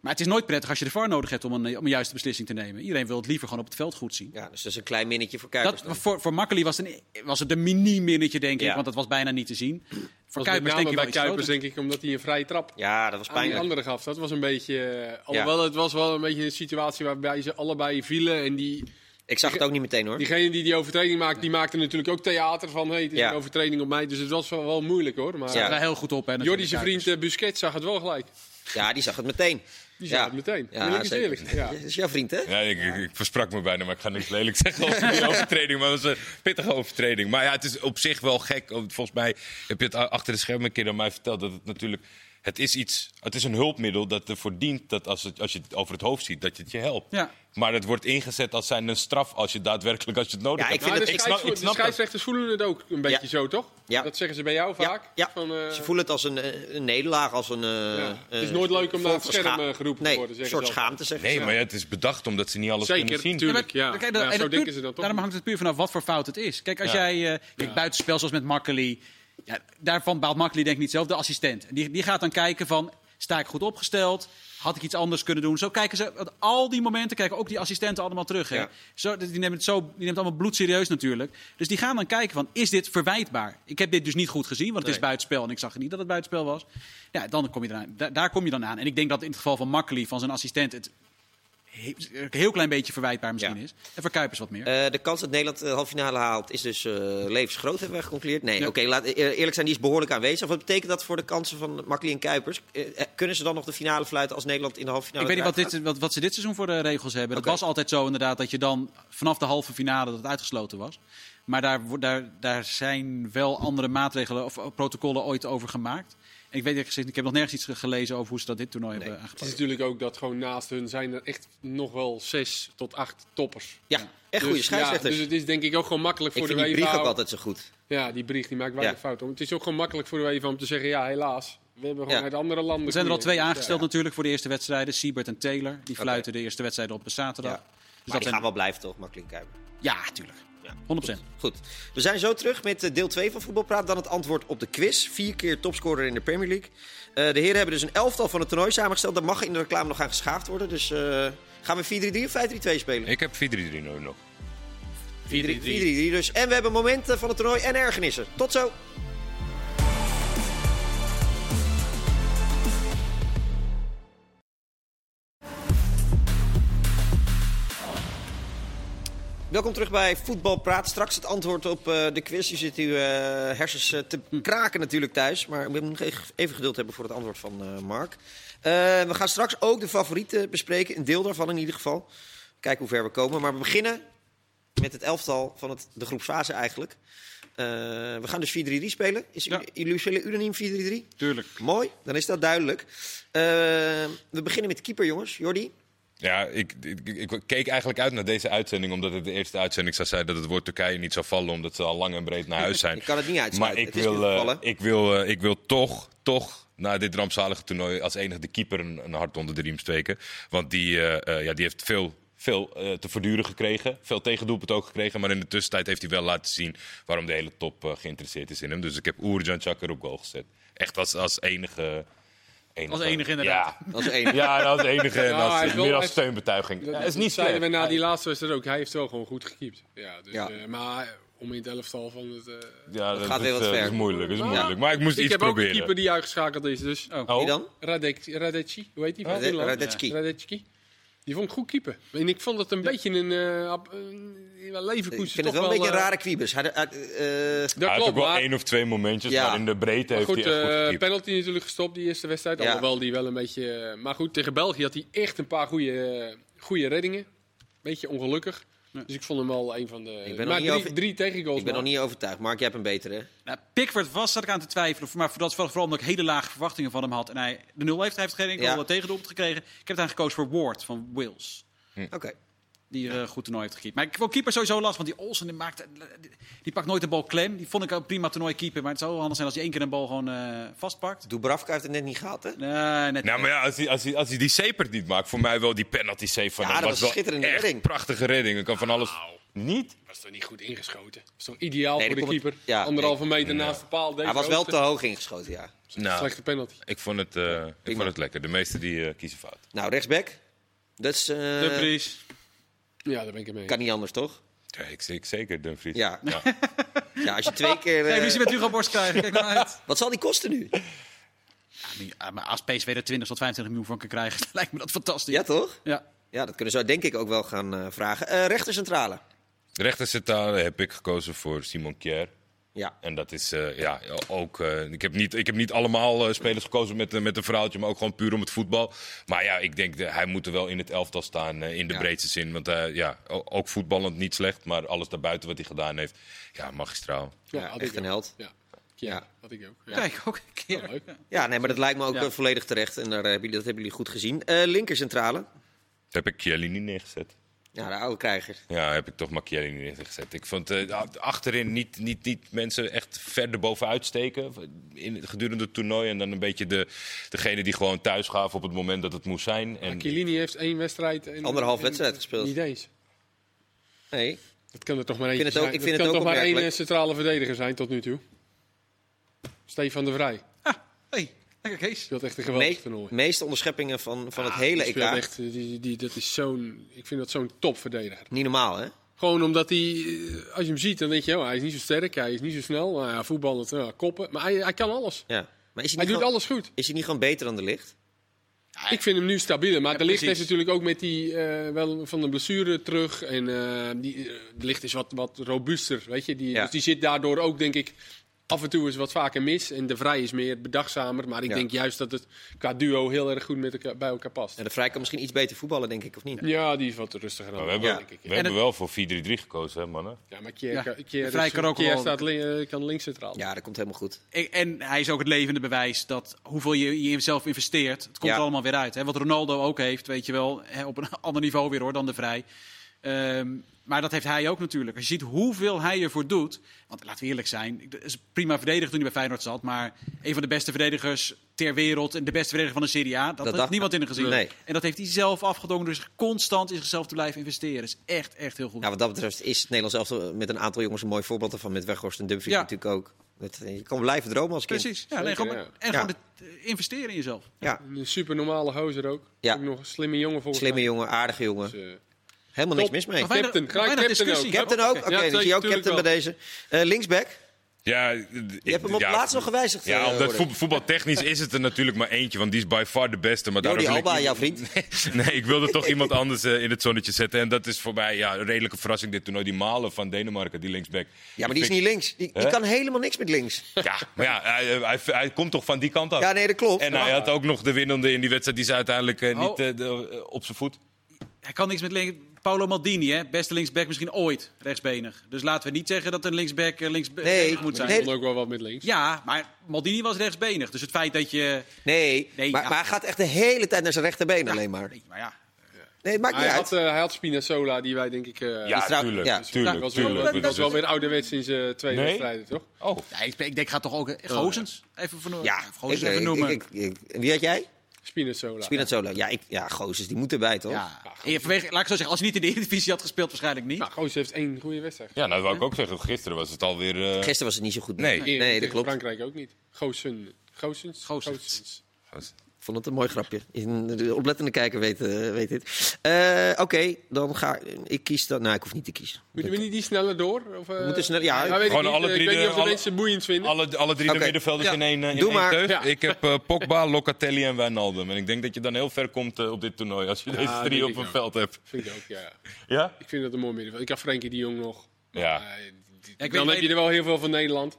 [SPEAKER 2] Maar het is nooit prettig als je de VAR nodig hebt om een, om een juiste beslissing te nemen. Iedereen wil het liever gewoon op het veld goed zien.
[SPEAKER 1] Ja, dus dat is een klein minnetje voor Kuipers.
[SPEAKER 2] Dat,
[SPEAKER 1] dan.
[SPEAKER 2] voor voor Makkely was, het een- was het een mini-minnetje, denk ik.
[SPEAKER 1] Ja.
[SPEAKER 2] Want dat was bijna niet te zien. Voor
[SPEAKER 3] Was met
[SPEAKER 2] Kuipers
[SPEAKER 3] name
[SPEAKER 2] denk ik wel
[SPEAKER 3] bij
[SPEAKER 2] iets
[SPEAKER 3] Kuipers
[SPEAKER 2] groter.
[SPEAKER 3] denk ik, omdat hij een vrije trap
[SPEAKER 1] Ja, dat was
[SPEAKER 3] aan die
[SPEAKER 1] pijnlijk.
[SPEAKER 3] andere gaf. Dat was een beetje. eh, alhoewel, het was wel een beetje een situatie waarbij ze allebei vielen. En die
[SPEAKER 1] Ik zag het ook niet meteen hoor.
[SPEAKER 3] Diegene die die overtreding maakt, die maakte natuurlijk ook theater van... hey, het is
[SPEAKER 1] Ja.
[SPEAKER 3] een overtreding op mij. Dus het was wel, wel moeilijk hoor. Maar
[SPEAKER 1] Ja.
[SPEAKER 2] Daar heel goed op. hè, natuurlijk,
[SPEAKER 3] Jordi zijn
[SPEAKER 2] Kuipers.
[SPEAKER 3] vriend eh, Busquets zag het wel gelijk. Nou,
[SPEAKER 1] Ja, die zag het meteen.
[SPEAKER 3] Die zag het meteen.
[SPEAKER 1] Ja,
[SPEAKER 3] Eerlijk is
[SPEAKER 1] zeker.
[SPEAKER 3] eerlijk. Ja.
[SPEAKER 1] Dat is jouw vriend, hè?
[SPEAKER 4] Ja, ik, ik- ik versprak me bijna, maar ik ga niks lelijk zeggen over die overtreding. Maar dat was een pittige overtreding. Maar ja, het is op zich wel gek. want Volgens mij heb je het a- achter de schermen een keer aan mij verteld. Dat het natuurlijk, het is iets, het is een hulpmiddel dat ervoor dient dat als, het, als je het over het hoofd ziet, dat je het je helpt.
[SPEAKER 2] Ja.
[SPEAKER 4] Maar het wordt ingezet als zijn een straf als je daadwerkelijk als je het nodig
[SPEAKER 1] Ja,
[SPEAKER 4] hebt.
[SPEAKER 1] ik vind
[SPEAKER 3] Maar de,
[SPEAKER 1] het-
[SPEAKER 4] snap-
[SPEAKER 3] scheidsvo-
[SPEAKER 4] ik
[SPEAKER 3] de
[SPEAKER 4] snap dat.
[SPEAKER 3] scheidsrechters voelen het ook een beetje
[SPEAKER 1] Ja.
[SPEAKER 3] zo, toch?
[SPEAKER 1] Ja.
[SPEAKER 3] Dat zeggen ze bij jou vaak.
[SPEAKER 1] Ja, ja.
[SPEAKER 3] Van, eh,
[SPEAKER 1] Ze voelen het als een, eh, een nederlaag, als een... eh,
[SPEAKER 3] Ja.
[SPEAKER 1] eh,
[SPEAKER 3] Het is nooit leuk om naar het
[SPEAKER 1] voor
[SPEAKER 3] scherm,
[SPEAKER 1] scha-
[SPEAKER 3] eh, geroepen te
[SPEAKER 1] nee,
[SPEAKER 3] worden,
[SPEAKER 1] een
[SPEAKER 3] zeggen
[SPEAKER 1] soort
[SPEAKER 3] ze altijd.
[SPEAKER 1] schaamte, zeggen
[SPEAKER 4] Nee,
[SPEAKER 1] ze.
[SPEAKER 4] maar ja, het is bedacht omdat ze niet alles
[SPEAKER 3] Zeker,
[SPEAKER 4] kunnen zien.
[SPEAKER 3] tuurlijk.
[SPEAKER 2] maar-
[SPEAKER 3] ja.
[SPEAKER 2] kijk, dat-
[SPEAKER 3] Ja,
[SPEAKER 2] en
[SPEAKER 3] zo
[SPEAKER 2] dat
[SPEAKER 3] denken
[SPEAKER 2] puur-
[SPEAKER 3] ze dan toch
[SPEAKER 2] Daarom
[SPEAKER 3] niet.
[SPEAKER 2] hangt het puur vanaf wat voor fout het is. Kijk, als jij eh kijk, buitenspel zoals met Makkeli, ja, daarvan baalt Makkeli denk ik niet zelf, de assistent. Die, die gaat dan kijken van, sta ik goed opgesteld? Had ik iets anders kunnen doen? Zo kijken ze, want al die momenten kijken ook die assistenten allemaal terug. Hè?
[SPEAKER 1] Ja.
[SPEAKER 2] Zo, die, nemen het zo, die neemt het allemaal bloedserieus natuurlijk. Dus die gaan dan kijken van, is dit verwijtbaar? Ik heb dit dus niet goed gezien, want het is buitenspel. En ik zag niet dat het buitenspel was. Ja, dan kom je eraan. Da- daar kom je dan aan. En ik denk dat in het geval van Makkeli, van zijn assistent... het he- een heel klein beetje verwijtbaar misschien
[SPEAKER 1] Ja.
[SPEAKER 2] is. En voor Kuipers wat meer.
[SPEAKER 1] Eh, de kans dat Nederland de halve finale haalt is dus eh, levensgroot, hebben wij geconcludeerd. Nee,
[SPEAKER 2] Ja.
[SPEAKER 1] oké, laat e- eerlijk zijn, die is behoorlijk aanwezig. Wat betekent dat voor de kansen van Makkeli en Kuipers? Eh, eh, kunnen ze dan nog de finale fluiten als Nederland in de halve finale
[SPEAKER 2] ik weet niet wat,
[SPEAKER 1] eruit
[SPEAKER 2] dit, wat, wat ze dit seizoen voor de regels hebben.
[SPEAKER 1] nou, Oké.
[SPEAKER 2] Dat was altijd zo inderdaad, dat je dan vanaf de halve finale dat het uitgesloten was. Maar daar, wo- daar, daar zijn wel andere maatregelen of eh, protocollen ooit over gemaakt. En ik weet eerlijk gezegd, ik heb nog nergens iets ge- gelezen over hoe ze dat dit toernooi hebben eh,
[SPEAKER 3] Het is
[SPEAKER 2] aangepakt.
[SPEAKER 3] natuurlijk ook dat gewoon naast hun zijn er echt nog wel zes tot acht toppers.
[SPEAKER 1] gaat? Ja, echt goede
[SPEAKER 3] Dus,
[SPEAKER 1] scheidsrechters.
[SPEAKER 3] Ja, dus het is denk ik ook gewoon makkelijk
[SPEAKER 1] ik
[SPEAKER 3] voor
[SPEAKER 1] vind
[SPEAKER 3] de
[SPEAKER 1] die brief
[SPEAKER 3] UEFA.
[SPEAKER 1] ook
[SPEAKER 3] om-
[SPEAKER 1] altijd zo goed.
[SPEAKER 3] Ja, die brief die maakt weinig
[SPEAKER 1] Ja.
[SPEAKER 3] fout om. Het is ook gewoon makkelijk voor de UEFA om te zeggen, ja helaas, we hebben gewoon
[SPEAKER 1] Ja.
[SPEAKER 3] uit andere landen...
[SPEAKER 2] Er zijn er al twee
[SPEAKER 3] koeien.
[SPEAKER 2] aangesteld natuurlijk voor de eerste wedstrijden. Siebert en Taylor, die fluiten de eerste wedstrijden op een zaterdag.
[SPEAKER 1] Ja.
[SPEAKER 2] Dus
[SPEAKER 1] Maar
[SPEAKER 2] dat
[SPEAKER 1] die
[SPEAKER 2] zijn-
[SPEAKER 1] gaan wel blijven toch, Makkeli en Kuipers?
[SPEAKER 2] Ja, tuurlijk.
[SPEAKER 1] Ja.
[SPEAKER 2] 100%.
[SPEAKER 1] Goed, we zijn zo terug met eh, deel 2 van Voetbalpraat. Dan het antwoord op de quiz. Vier keer topscorer in de Premier League. Eh, de heren hebben dus een elftal van het toernooi samengesteld. Daar mag in de reclame nog aan geschaafd worden. Dus eh, gaan we 4-3-3 of 5-3-2 spelen?
[SPEAKER 4] Ik heb 4-3-3 nodig nog.
[SPEAKER 1] 4-3-3 dus. En we hebben momenten van het toernooi en ergernissen. Tot zo! Welkom terug bij Voetbal Praat. Straks het antwoord op eh, de quiz. Je zit uw eh, hersens eh, te kraken natuurlijk thuis. Maar we moeten nog even geduld hebben voor het antwoord van eh, Mark. Eh, we gaan straks ook de favorieten bespreken. Een deel daarvan in ieder geval. Kijken hoe ver we komen. Maar we beginnen met het elftal van het, de groepsfase eigenlijk. Eh, we gaan dus 4-3-3 spelen. Is u-
[SPEAKER 2] Ja.
[SPEAKER 1] jullie spelen unaniem 4-3-3?
[SPEAKER 2] Tuurlijk.
[SPEAKER 1] Mooi, dan is dat duidelijk. Eh, we beginnen met keeper, jongens. Jordi?
[SPEAKER 4] Ja, ik, ik, ik- ik keek eigenlijk uit naar deze uitzending, omdat het de eerste uitzending zou zijn dat het woord Turkije niet zou vallen, omdat ze al lang en breed naar huis zijn.
[SPEAKER 1] Ik kan het niet uitsluiten.
[SPEAKER 4] Maar ik
[SPEAKER 1] Het is nu
[SPEAKER 4] wil, eh,
[SPEAKER 1] gevallen.
[SPEAKER 4] ik, wil, eh, ik wil toch, toch na dit rampzalige toernooi als enige de keeper een, een hart onder de riem steken. Want die, eh, eh, ja, die heeft veel, veel eh, te verduren gekregen, veel tegendoelpunt ook gekregen. Maar in de tussentijd heeft hij wel laten zien waarom de hele top eh, geïnteresseerd is in hem. Dus ik heb Oerjan Chakar op goal gezet. Echt als, als enige...
[SPEAKER 2] Als enige inderdaad.
[SPEAKER 4] Ja.
[SPEAKER 1] Dat is één.
[SPEAKER 4] Ja, dat is het enige. En
[SPEAKER 3] Nou, hij
[SPEAKER 4] dat
[SPEAKER 3] heeft
[SPEAKER 4] is
[SPEAKER 3] wel
[SPEAKER 4] meer als
[SPEAKER 3] echt-
[SPEAKER 4] steunbetuiging.
[SPEAKER 3] Dat
[SPEAKER 4] Ja, is niet
[SPEAKER 3] zeiden we
[SPEAKER 4] slecht.
[SPEAKER 3] na die laatste wedstrijd ook. Hij heeft wel gewoon goed gekiept. Ja, dus,
[SPEAKER 1] Ja.
[SPEAKER 3] eh, maar om in het elftal van het... eh,
[SPEAKER 4] Ja, dat,
[SPEAKER 1] gaat
[SPEAKER 4] is,
[SPEAKER 1] weer wat
[SPEAKER 4] eh,
[SPEAKER 1] ver.
[SPEAKER 4] is moeilijk, dat is
[SPEAKER 3] Nou,
[SPEAKER 4] moeilijk. Maar ik moest
[SPEAKER 3] ik
[SPEAKER 4] iets
[SPEAKER 3] heb ook
[SPEAKER 4] proberen.
[SPEAKER 3] een keeper die uitgeschakeld is. Dus
[SPEAKER 2] Oh.
[SPEAKER 1] Wie
[SPEAKER 4] Oh,
[SPEAKER 1] dan?
[SPEAKER 3] Radek, Radetski, hoe heet die? van
[SPEAKER 1] Rade-
[SPEAKER 3] Finland?
[SPEAKER 1] Radetski.
[SPEAKER 3] Radetski. Die vond ik goed keeper. En ik vond het een beetje een... eh ab- een- een
[SPEAKER 1] Ik
[SPEAKER 3] Leverkusen
[SPEAKER 1] vind
[SPEAKER 3] toch
[SPEAKER 1] het wel een beetje een
[SPEAKER 3] eh,
[SPEAKER 1] rare kwiebus. Hij- hij- eh, eh,
[SPEAKER 3] Dat
[SPEAKER 4] hij heeft
[SPEAKER 3] klopt,
[SPEAKER 4] ook wel
[SPEAKER 3] maar,
[SPEAKER 4] één of twee momentjes,
[SPEAKER 1] Ja.
[SPEAKER 4] maar in de breedte
[SPEAKER 3] maar
[SPEAKER 4] heeft
[SPEAKER 3] goed,
[SPEAKER 4] hij echt goed
[SPEAKER 3] eh,
[SPEAKER 4] gekiept.
[SPEAKER 3] penalty natuurlijk gestopt die eerste wedstrijd.
[SPEAKER 1] Ja.
[SPEAKER 3] Alhoewel die wel een beetje... eh, maar goed, tegen België had hij echt een paar goede, goede reddingen. Beetje ongelukkig. Dus ik vond hem wel een van de...
[SPEAKER 1] nog
[SPEAKER 3] maar
[SPEAKER 1] niet
[SPEAKER 3] drie,
[SPEAKER 1] over-
[SPEAKER 3] drie tegengoals.
[SPEAKER 1] ik ben nog
[SPEAKER 3] maar-
[SPEAKER 1] niet overtuigd. Mark, jij hebt een betere.
[SPEAKER 2] Nou, Pickford was, zat ik aan te twijfelen. Maar voordat, vooral omdat ik hele lage verwachtingen van hem had. En hij de nul heeft, hij heeft geen
[SPEAKER 1] Ja.
[SPEAKER 2] enkel tegendoelpunt gekregen. Ik heb daar gekozen voor Ward van Wales.
[SPEAKER 1] Oké.
[SPEAKER 2] Die eh goed toernooi heeft gekiept. Maar ik vond keeper sowieso last. Want die Olsen die maakt, die, die pakt nooit de bal klem. Die vond ik ook prima toernooi keeper. Maar het zou wel handig zijn als hij één keer een bal gewoon eh, vastpakt.
[SPEAKER 1] Dubravka heeft het net niet gehad, hè?
[SPEAKER 2] Nee, net
[SPEAKER 4] Nou, maar ja, als hij, als, hij, als hij die sepert niet maakt, voor mij wel die penalty save van
[SPEAKER 1] Ja,
[SPEAKER 4] hem.
[SPEAKER 1] dat was een
[SPEAKER 4] wel
[SPEAKER 1] schitterende
[SPEAKER 4] echt
[SPEAKER 1] redding.
[SPEAKER 4] prachtige redding. Ik kan van alles... Niet?
[SPEAKER 3] Was toch niet goed ingeschoten? Was toch ideaal
[SPEAKER 1] Nee,
[SPEAKER 3] voor de
[SPEAKER 1] daar komt
[SPEAKER 3] keeper?
[SPEAKER 1] het- ja,
[SPEAKER 3] Anderhalve meter naast de paal.
[SPEAKER 1] Hij was wel te hoog ingeschoten, ja.
[SPEAKER 4] Nou,
[SPEAKER 3] Slechte penalty.
[SPEAKER 4] ik vond het, eh, ik vond het lekker. De meesten die eh, kiezen fout.
[SPEAKER 1] Nou, rechtsback. Dat is, eh,
[SPEAKER 2] de Vries.
[SPEAKER 3] Ja, daar ben ik het mee.
[SPEAKER 1] kan niet anders, toch?
[SPEAKER 4] Ja, ik, ik zeker, Dumfries.
[SPEAKER 1] Ja. ja. als je twee keer... eh,
[SPEAKER 2] Kijk, wie ze met Hugo Borst krijgen. Kijk maar uit.
[SPEAKER 1] Wat zal die kosten nu?
[SPEAKER 2] Ja, maar als PSV er 20 tot 25 miljoen van kan krijgen, lijkt me dat fantastisch.
[SPEAKER 1] Ja, toch?
[SPEAKER 2] Ja.
[SPEAKER 1] Ja, dat kunnen ze denk ik ook wel gaan eh, vragen. Eh rechtercentrale.
[SPEAKER 4] De rechtercentrale heb ik gekozen voor Simon Kier.
[SPEAKER 1] Ja.
[SPEAKER 4] En dat is eh, ja, ook. eh, ik, heb niet, ik heb niet allemaal eh, spelers gekozen met, eh, met een verhaaltje, maar ook gewoon puur om het voetbal. Maar ja, ik denk dat hij moet er wel in het elftal staan eh, in de
[SPEAKER 1] Ja.
[SPEAKER 4] breedste zin. Want eh, ja, o- ook voetballend niet slecht, maar alles daarbuiten wat hij gedaan heeft, ja, magistraal.
[SPEAKER 3] Ja,
[SPEAKER 1] Ja,
[SPEAKER 3] had
[SPEAKER 1] eh, echt
[SPEAKER 3] ik
[SPEAKER 1] een
[SPEAKER 3] ook.
[SPEAKER 1] held.
[SPEAKER 3] Ja. Ja,
[SPEAKER 1] Ja.
[SPEAKER 3] had ik ook. Ja. Oh.
[SPEAKER 2] Kijk, ook een keer.
[SPEAKER 3] Ja, leuk.
[SPEAKER 1] Ja, nee, maar dat lijkt me ook
[SPEAKER 2] Ja.
[SPEAKER 1] eh, volledig terecht. En daar hebben jullie, dat hebben jullie goed gezien. Eh linkercentrale.
[SPEAKER 4] Daar heb ik Chiellini neergezet.
[SPEAKER 1] Ja, de oude krijger.
[SPEAKER 4] Ja, heb ik toch Macchiari niet gezet. Ik vond eh, a- achterin niet, niet, niet mensen echt verder bovenuit steken in, het- gedurende het toernooi. En dan een beetje de, degene die gewoon thuis gaven op het moment dat het moest zijn. En,
[SPEAKER 3] Chiellini heeft één wedstrijd. En,
[SPEAKER 1] Anderhalf
[SPEAKER 3] en-
[SPEAKER 1] wedstrijd gespeeld.
[SPEAKER 3] Niet eens.
[SPEAKER 1] Nee.
[SPEAKER 3] Dat kan er toch maar één
[SPEAKER 1] het ook-
[SPEAKER 3] zijn.
[SPEAKER 1] ik vind het
[SPEAKER 3] dat kan
[SPEAKER 1] ook
[SPEAKER 3] toch maar één eh,
[SPEAKER 1] opmerkelijk.
[SPEAKER 3] centrale verdediger zijn tot nu toe. Stefan de Vrij.
[SPEAKER 2] Ah, hey, lekker Kees.
[SPEAKER 3] Speelt echt een
[SPEAKER 1] Me-
[SPEAKER 3] geweldig toernooi.
[SPEAKER 1] meeste onderscheppingen van, van het
[SPEAKER 3] Ah,
[SPEAKER 1] hele
[SPEAKER 3] die
[SPEAKER 1] EK.
[SPEAKER 3] speelt echt, eh, die, die, dat is zo'n, ik vind dat zo'n topverdediger.
[SPEAKER 1] Niet normaal, hè?
[SPEAKER 3] Gewoon omdat hij, eh, als je hem ziet, dan denk je, oh, hij is niet zo sterk, hij is niet zo snel. Nou ja, voetballend, nou, koppen. Maar hij, hij kan alles.
[SPEAKER 1] Ja. Maar is hij,
[SPEAKER 3] Hij
[SPEAKER 1] niet
[SPEAKER 3] doet
[SPEAKER 1] gewoon,
[SPEAKER 3] alles goed.
[SPEAKER 1] is hij niet gewoon beter dan de licht?
[SPEAKER 3] Ik vind hem nu stabieler. Maar
[SPEAKER 2] Ja,
[SPEAKER 3] de licht
[SPEAKER 2] precies.
[SPEAKER 3] heeft natuurlijk ook met die eh, wel van de blessure terug. En eh, die, eh, de licht is wat, wat robuuster. Weet je? Die,
[SPEAKER 1] Ja.
[SPEAKER 3] Dus die zit daardoor ook, denk ik, af en toe eens wat vaker mis. En de vrij is meer bedachtzamer. Maar ik
[SPEAKER 1] Ja.
[SPEAKER 3] denk juist dat het qua duo heel erg goed met elkaar, bij elkaar past.
[SPEAKER 1] En de Vrij kan misschien iets beter voetballen, denk ik, of niet?
[SPEAKER 3] Ja, die is wat rustiger
[SPEAKER 4] Maar
[SPEAKER 3] aan.
[SPEAKER 4] Nou, we
[SPEAKER 3] de
[SPEAKER 4] hebben,
[SPEAKER 3] bal, denk
[SPEAKER 4] we
[SPEAKER 3] ik.
[SPEAKER 2] En
[SPEAKER 4] hebben
[SPEAKER 2] het-
[SPEAKER 4] wel voor 4-3-3 gekozen, hè, mannen.
[SPEAKER 3] Ja, maar
[SPEAKER 2] Ja,
[SPEAKER 3] Kier, kan-
[SPEAKER 2] de
[SPEAKER 3] Kier,
[SPEAKER 2] Vrij
[SPEAKER 3] is-
[SPEAKER 2] kan ook
[SPEAKER 3] Kier
[SPEAKER 2] wel-
[SPEAKER 3] staat lin- eh, kan links centraal.
[SPEAKER 1] Ja, dat komt helemaal goed.
[SPEAKER 2] En- En hij is ook het levende bewijs dat hoeveel je in jezelf investeert, het komt
[SPEAKER 1] Ja.
[SPEAKER 2] er allemaal weer uit. Hè? Wat Ronaldo ook heeft, weet je wel, hè, op een ander niveau weer hoor dan de Vrij. Ehm, maar dat heeft hij ook natuurlijk. Als je ziet hoeveel hij ervoor doet. Want laten we eerlijk zijn, het is prima verdediger toen hij bij Feyenoord zat. Maar een van de beste verdedigers ter wereld en de beste verdediger van de Serie A. Dat, heeft
[SPEAKER 1] dacht-
[SPEAKER 2] niemand in hem gezien.
[SPEAKER 1] Nee.
[SPEAKER 2] En dat heeft hij zelf afgedwongen door zich constant in zichzelf te blijven investeren. Dat is echt, echt heel goed.
[SPEAKER 1] Ja, Nou, wat dat betreft is het Nederlands elftal met een aantal jongens een mooi voorbeeld ervan. Met Weghorst en Dumfries
[SPEAKER 2] Ja.
[SPEAKER 1] natuurlijk ook. Dat, eh, je kan blijven dromen als kind.
[SPEAKER 2] Precies. Ja, alleen
[SPEAKER 3] Zeker,
[SPEAKER 2] gewoon,
[SPEAKER 3] ja.
[SPEAKER 2] En gewoon
[SPEAKER 1] Ja.
[SPEAKER 2] het, eh, investeren in jezelf.
[SPEAKER 1] Ja,
[SPEAKER 3] Een super normale hozer ook.
[SPEAKER 1] Ja.
[SPEAKER 3] Ook nog een slimme jongen volgens
[SPEAKER 1] slimme
[SPEAKER 3] mij.
[SPEAKER 1] jongen, aardige jongen.
[SPEAKER 3] Dus, eh,
[SPEAKER 1] Helemaal niks
[SPEAKER 3] Top.
[SPEAKER 1] mis mee.
[SPEAKER 2] Nog weinig-
[SPEAKER 3] Captain,
[SPEAKER 2] nog
[SPEAKER 3] graag
[SPEAKER 2] weinig
[SPEAKER 3] captain
[SPEAKER 2] discussie.
[SPEAKER 3] ook.
[SPEAKER 1] Captain ook? Oké,
[SPEAKER 3] Ja,
[SPEAKER 1] dan
[SPEAKER 3] twee-
[SPEAKER 1] zie je ook
[SPEAKER 3] tuurlijk
[SPEAKER 1] captain bij deze. Eh, linksback,
[SPEAKER 4] Ja,
[SPEAKER 1] je hebt hem op laatst nog gewijzigd. eh,
[SPEAKER 4] Ja, omdat
[SPEAKER 1] hoorde ik.
[SPEAKER 4] voet- voetbaltechnisch is het er natuurlijk maar eentje, want die is by far de beste. Maar daarom
[SPEAKER 1] Jordi
[SPEAKER 4] wil ik-
[SPEAKER 1] Alba, jouw vriend.
[SPEAKER 4] nee, ik wilde toch iemand anders eh, in het zonnetje zetten. En dat is voor mij ja, een redelijke verrassing. Dit toernooi, die Malen van Denemarken, die linksback.
[SPEAKER 1] Ja, maar die is
[SPEAKER 4] vind
[SPEAKER 1] niet
[SPEAKER 4] ik-
[SPEAKER 1] links. Die, die
[SPEAKER 4] Hè?
[SPEAKER 1] kan helemaal niks met links.
[SPEAKER 4] Ja, maar ja, hij, eh, hij, hij komt toch van die kant af.
[SPEAKER 1] Ja, nee, dat klopt.
[SPEAKER 4] En hij had ook nog de winnende in die wedstrijd. Die is uiteindelijk eh, niet eh, de- eh, op zijn voet.
[SPEAKER 2] Hij kan niks met links. Paolo Maldini, hè? beste linksback misschien ooit, rechtsbenig. Dus laten we niet zeggen dat een linksback eh, linksbe-
[SPEAKER 1] Nee,
[SPEAKER 2] rechts moet zijn.
[SPEAKER 1] nee.
[SPEAKER 3] Hij kon ook wel wat met links.
[SPEAKER 2] Ja, maar Maldini was rechtsbenig. Dus het feit dat je...
[SPEAKER 1] Nee,
[SPEAKER 2] Nee,
[SPEAKER 1] maar,
[SPEAKER 2] ja.
[SPEAKER 1] maar hij gaat echt de hele tijd naar zijn rechterbeen alleen maar.
[SPEAKER 2] Nee, maar ja.
[SPEAKER 1] Nee, het maakt niet
[SPEAKER 3] Hij
[SPEAKER 1] uit.
[SPEAKER 3] had, eh, hij had Spinazzola, die wij denk ik... eh,
[SPEAKER 4] Ja,
[SPEAKER 1] trouw-
[SPEAKER 4] tuurlijk,
[SPEAKER 1] ja.
[SPEAKER 3] Dat
[SPEAKER 4] tuurlijk,
[SPEAKER 3] was,
[SPEAKER 4] tuurlijk.
[SPEAKER 3] wel, dat was
[SPEAKER 4] Dus-
[SPEAKER 3] wel weer ouderwets sinds zijn twee
[SPEAKER 4] Nee?
[SPEAKER 3] wedstrijden, toch?
[SPEAKER 4] Oh,
[SPEAKER 2] Ja, ik, ik denk, gaat toch ook... eh, Gozens? Even, verno-
[SPEAKER 1] Ja,
[SPEAKER 2] even
[SPEAKER 1] ik,
[SPEAKER 2] Gozens
[SPEAKER 1] ik,
[SPEAKER 2] even noemen.
[SPEAKER 1] ik- ik- ik- wie had jij?
[SPEAKER 3] Spinazzola.
[SPEAKER 1] Spinazzola. Ja, ik, ja, Gozes, die moet erbij, toch?
[SPEAKER 2] ja. Ja, vanwege, laat ik zo zeggen, als hij niet in de Eredivisie had gespeeld, waarschijnlijk niet.
[SPEAKER 3] Nou, Goos heeft één goede wedstrijd.
[SPEAKER 4] ja, nou, dat wou ik ook zeggen. Gisteren was het alweer... eh,
[SPEAKER 1] Gisteren was het niet zo goed.
[SPEAKER 4] Nee.
[SPEAKER 1] nee,
[SPEAKER 3] Tegen
[SPEAKER 1] dat klopt. Ik
[SPEAKER 3] Frankrijk ook niet. Goosen. Goosens?
[SPEAKER 2] Goossens.
[SPEAKER 3] Goossens.
[SPEAKER 4] was-
[SPEAKER 1] vond het een mooi grapje. In- De oplettende kijker weet, eh, weet dit. Eh, Oké, dan ga ik kies dan. Nou, ik hoef niet te kiezen.
[SPEAKER 3] Moeten we niet die sneller door? Of, eh,
[SPEAKER 1] moeten sneller- ja,
[SPEAKER 3] maar weet
[SPEAKER 4] Gewoon
[SPEAKER 3] ik niet,
[SPEAKER 4] alle
[SPEAKER 3] eh,
[SPEAKER 4] drie
[SPEAKER 3] Ik weet
[SPEAKER 4] de-
[SPEAKER 3] niet of de
[SPEAKER 4] alle-
[SPEAKER 3] mensen boeiend vinden.
[SPEAKER 4] Alle, alle drie
[SPEAKER 1] Oké.
[SPEAKER 4] de middenvelders
[SPEAKER 2] Ja.
[SPEAKER 4] in één, eh, in
[SPEAKER 1] Doe
[SPEAKER 4] één
[SPEAKER 1] maar.
[SPEAKER 4] teug.
[SPEAKER 3] Ja.
[SPEAKER 4] Ik heb eh, Pogba, Locatelli en Wijnaldum. En ik denk dat je dan heel ver komt eh, op dit toernooi als je deze
[SPEAKER 3] denk
[SPEAKER 4] drie
[SPEAKER 3] ik
[SPEAKER 4] op een
[SPEAKER 3] ook.
[SPEAKER 4] veld hebt.
[SPEAKER 3] Vind ik ook, ja.
[SPEAKER 4] Ja?
[SPEAKER 3] Ik vind dat een mooi middenveld. Ik had Frenkie de Jong nog.
[SPEAKER 4] Ja.
[SPEAKER 3] Maar, eh, die-
[SPEAKER 2] weet-
[SPEAKER 3] dan heb je er wel heel veel van Nederland.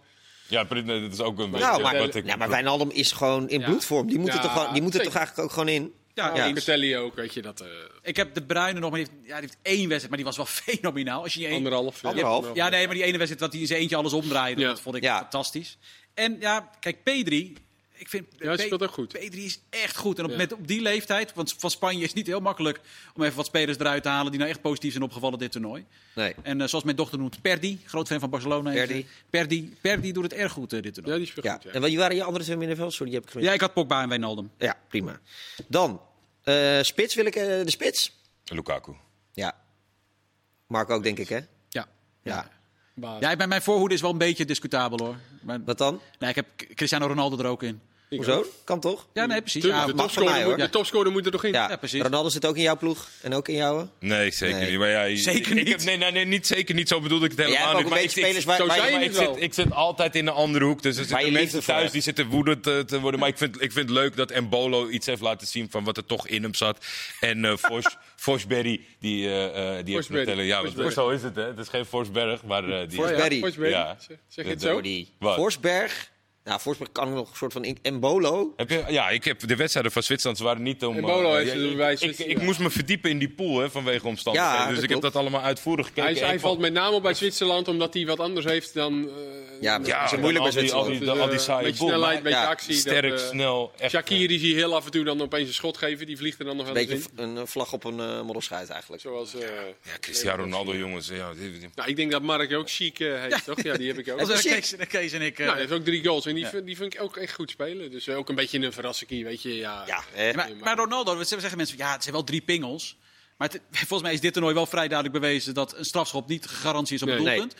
[SPEAKER 4] Ja, Brit, nee, dat is ook een beetje
[SPEAKER 1] Nou, maar,
[SPEAKER 4] wat ik...
[SPEAKER 1] nou, maar Wijnaldum is gewoon in
[SPEAKER 2] Ja.
[SPEAKER 1] bloedvorm. Die moet, er
[SPEAKER 3] Ja,
[SPEAKER 1] toch, gewoon- die moet er toch
[SPEAKER 3] zeker.
[SPEAKER 1] eigenlijk ook gewoon in?
[SPEAKER 2] ja,
[SPEAKER 1] Ja.
[SPEAKER 3] Ja.
[SPEAKER 2] eens.
[SPEAKER 3] Catelli ook, weet je, dat eh,
[SPEAKER 2] Ik heb de Bruyne nog, maar die heeft, ja, die heeft één wedstrijd, maar die was wel fenomenaal. Als je die één-
[SPEAKER 3] anderhalf. eh,
[SPEAKER 1] Anderhalf.
[SPEAKER 2] Ja, nee, maar die ene wedstrijd dat hij in zijn eentje alles omdraaide,
[SPEAKER 3] Ja.
[SPEAKER 2] dat vond ik
[SPEAKER 1] Ja.
[SPEAKER 2] fantastisch. En ja, kijk, P3. Ik vind
[SPEAKER 3] Ja, hij
[SPEAKER 2] P-
[SPEAKER 3] speelt ook goed.
[SPEAKER 2] P3 is echt goed. En op,
[SPEAKER 3] Ja.
[SPEAKER 2] met, op die leeftijd, want van Spanje is het niet heel makkelijk om even wat spelers eruit te halen die nou echt positief zijn opgevallen dit toernooi.
[SPEAKER 1] Nee.
[SPEAKER 2] En eh, zoals mijn dochter noemt, Perdi, groot fan van Barcelona.
[SPEAKER 1] Perdi.
[SPEAKER 2] Even. Perdi, Perdi doet het erg goed eh, dit toernooi.
[SPEAKER 3] Ja, die speelt
[SPEAKER 1] Ja.
[SPEAKER 3] goed, ja.
[SPEAKER 1] En wat waren je andere twee middenvelders? Sorry, die heb ik
[SPEAKER 2] Ja.
[SPEAKER 1] gemist.
[SPEAKER 2] ik had Pogba en Wijnaldum.
[SPEAKER 1] Ja, prima. Dan, eh, spits wil ik eh, de spits.
[SPEAKER 4] Lukaku.
[SPEAKER 1] Ja. Mark ook, denk ik, hè? Ja.
[SPEAKER 2] Ja.
[SPEAKER 3] Baas.
[SPEAKER 2] Ja, bij mijn voorhoede is wel een beetje discutabel hoor. Maar,
[SPEAKER 1] Wat dan?
[SPEAKER 2] nee, ik heb Cristiano Ronaldo er ook in.
[SPEAKER 1] Hoezo? Kan toch?
[SPEAKER 2] Ja, nee, precies.
[SPEAKER 3] Tuurlijk,
[SPEAKER 2] Ja,
[SPEAKER 3] de,
[SPEAKER 1] mag van
[SPEAKER 3] topscorer
[SPEAKER 1] mij,
[SPEAKER 3] moet,
[SPEAKER 1] hoor.
[SPEAKER 3] de topscorer moet er toch in.
[SPEAKER 1] Ja,
[SPEAKER 2] Ja, precies.
[SPEAKER 1] Ronaldo zit ook in jouw ploeg en ook in jouw.
[SPEAKER 4] Nee, zeker
[SPEAKER 1] Nee.
[SPEAKER 4] niet. Maar ja, je-
[SPEAKER 2] Zeker
[SPEAKER 4] ik- Ik
[SPEAKER 2] niet.
[SPEAKER 4] heb, nee, nee, nee, niet, zeker niet. Zo bedoel ik het
[SPEAKER 1] Jij
[SPEAKER 4] helemaal
[SPEAKER 1] hebt ook
[SPEAKER 4] niet.
[SPEAKER 1] een
[SPEAKER 4] Maar
[SPEAKER 1] beetje
[SPEAKER 4] ik, ik-
[SPEAKER 1] spelers waar,
[SPEAKER 3] zo
[SPEAKER 1] waar je-
[SPEAKER 3] zijn
[SPEAKER 4] maar
[SPEAKER 3] die
[SPEAKER 4] ik,
[SPEAKER 3] wel.
[SPEAKER 4] zit, ik zit altijd in een andere hoek. Dus er
[SPEAKER 1] Waar je
[SPEAKER 4] zitten
[SPEAKER 1] liefde
[SPEAKER 4] mensen
[SPEAKER 1] voor
[SPEAKER 4] thuis
[SPEAKER 1] hebt.
[SPEAKER 4] die zitten woedend eh, te worden. Maar ik vind, ik vind het leuk dat Embolo iets heeft laten zien van wat er toch in hem zat. En eh Fors, Forsberry, die, eh, eh, die heeft
[SPEAKER 3] Forsberry.
[SPEAKER 4] vertellen. Ja,
[SPEAKER 3] Forsberry.
[SPEAKER 4] want zo is het, hè? Het is geen Forsberg, maar eh, die...
[SPEAKER 3] Ja,
[SPEAKER 1] Berry.
[SPEAKER 3] Forsberg.
[SPEAKER 4] Ja.
[SPEAKER 3] Zeg- Zeg je het
[SPEAKER 4] De-
[SPEAKER 3] zo?
[SPEAKER 4] de-
[SPEAKER 1] Door die
[SPEAKER 4] Wat?
[SPEAKER 1] Forsberg. Nou, Forsberg kan nog een soort van in- Embolo.
[SPEAKER 4] Heb je, ja, ik heb de wedstrijden van Zwitserland ze waren niet om.
[SPEAKER 3] En Bolo
[SPEAKER 4] eh,
[SPEAKER 3] heeft
[SPEAKER 4] ja,
[SPEAKER 3] ze
[SPEAKER 4] ik-
[SPEAKER 3] erbij,
[SPEAKER 4] ik,
[SPEAKER 3] Zwitserland.
[SPEAKER 4] ik moest me verdiepen in die pool hè, vanwege omstandigheden.
[SPEAKER 1] Ja,
[SPEAKER 4] dus
[SPEAKER 1] dat
[SPEAKER 4] ik heb
[SPEAKER 1] klopt.
[SPEAKER 4] dat allemaal uitvoerig gekeken.
[SPEAKER 3] Hij, is-
[SPEAKER 4] En
[SPEAKER 3] hij
[SPEAKER 4] ik
[SPEAKER 3] valt
[SPEAKER 4] vond-
[SPEAKER 3] met name op bij Zwitserland omdat hij wat anders heeft dan. eh,
[SPEAKER 1] Ja,
[SPEAKER 4] Ja,
[SPEAKER 1] dat is moeilijk bij
[SPEAKER 4] al die, al die,
[SPEAKER 1] Zwitserland.
[SPEAKER 4] de- al die
[SPEAKER 3] eh,
[SPEAKER 4] saaie
[SPEAKER 3] beetje
[SPEAKER 4] boel, maar
[SPEAKER 3] snelheid, beetje
[SPEAKER 1] ja,
[SPEAKER 3] actie.
[SPEAKER 4] Sterk,
[SPEAKER 3] dat, eh,
[SPEAKER 4] snel. Echt,
[SPEAKER 3] Shakiri
[SPEAKER 4] eh,
[SPEAKER 3] die zie je heel af en toe dan opeens een schot geven. Die vliegt er dan nog wel eens
[SPEAKER 1] Beetje
[SPEAKER 3] in.
[SPEAKER 1] v- een eh, vlag op een uh, modderschuit eigenlijk.
[SPEAKER 3] Zoals, eh,
[SPEAKER 4] Ja, Cristiano Ronaldo, jongens. Ja, die- die-
[SPEAKER 3] nou, ik denk dat Mark ook chic eh, heeft, toch? Ja, die heb ik ook.
[SPEAKER 2] Dat is
[SPEAKER 1] Precies.
[SPEAKER 2] Kees, Kees en ik. eh,
[SPEAKER 3] Nou, hij heeft ook drie goals en die,
[SPEAKER 2] Ja.
[SPEAKER 3] vind, die vind ik ook echt goed spelen. Dus eh, ook een beetje een verrassingkie, weet je. Ja,
[SPEAKER 1] Ja, hè.
[SPEAKER 2] maar, maar Ronaldo, wat zeggen mensen, ja, het zijn wel drie pingels. Maar het- volgens mij is dit toernooi wel vrij duidelijk bewezen dat een strafschop niet garantie is op
[SPEAKER 3] Nee.
[SPEAKER 2] een doelpunt.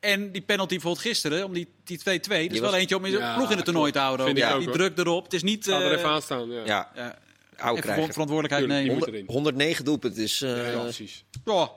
[SPEAKER 2] En die penalty bijvoorbeeld gisteren, om die, die 2-2, dat is
[SPEAKER 1] Die
[SPEAKER 2] wel
[SPEAKER 1] was-
[SPEAKER 2] eentje om in
[SPEAKER 3] Ja,
[SPEAKER 2] ploeg in het toernooi te houden.
[SPEAKER 3] Vind
[SPEAKER 2] ook.
[SPEAKER 1] ik
[SPEAKER 2] Ja,
[SPEAKER 3] ook,
[SPEAKER 2] die
[SPEAKER 3] hoor.
[SPEAKER 2] druk erop. Het is niet...
[SPEAKER 3] Ga er
[SPEAKER 2] eh,
[SPEAKER 3] even aan staan. Ja,
[SPEAKER 1] ja,
[SPEAKER 2] ja,
[SPEAKER 1] oude
[SPEAKER 2] even ver-
[SPEAKER 1] krijger.
[SPEAKER 2] verantwoordelijkheid
[SPEAKER 3] Tuurlijk,
[SPEAKER 2] nemen. Oh,
[SPEAKER 3] moet
[SPEAKER 1] Honderd-
[SPEAKER 3] erin.
[SPEAKER 1] 109 doelpunten is eh,
[SPEAKER 3] Ja, precies.
[SPEAKER 2] Ja.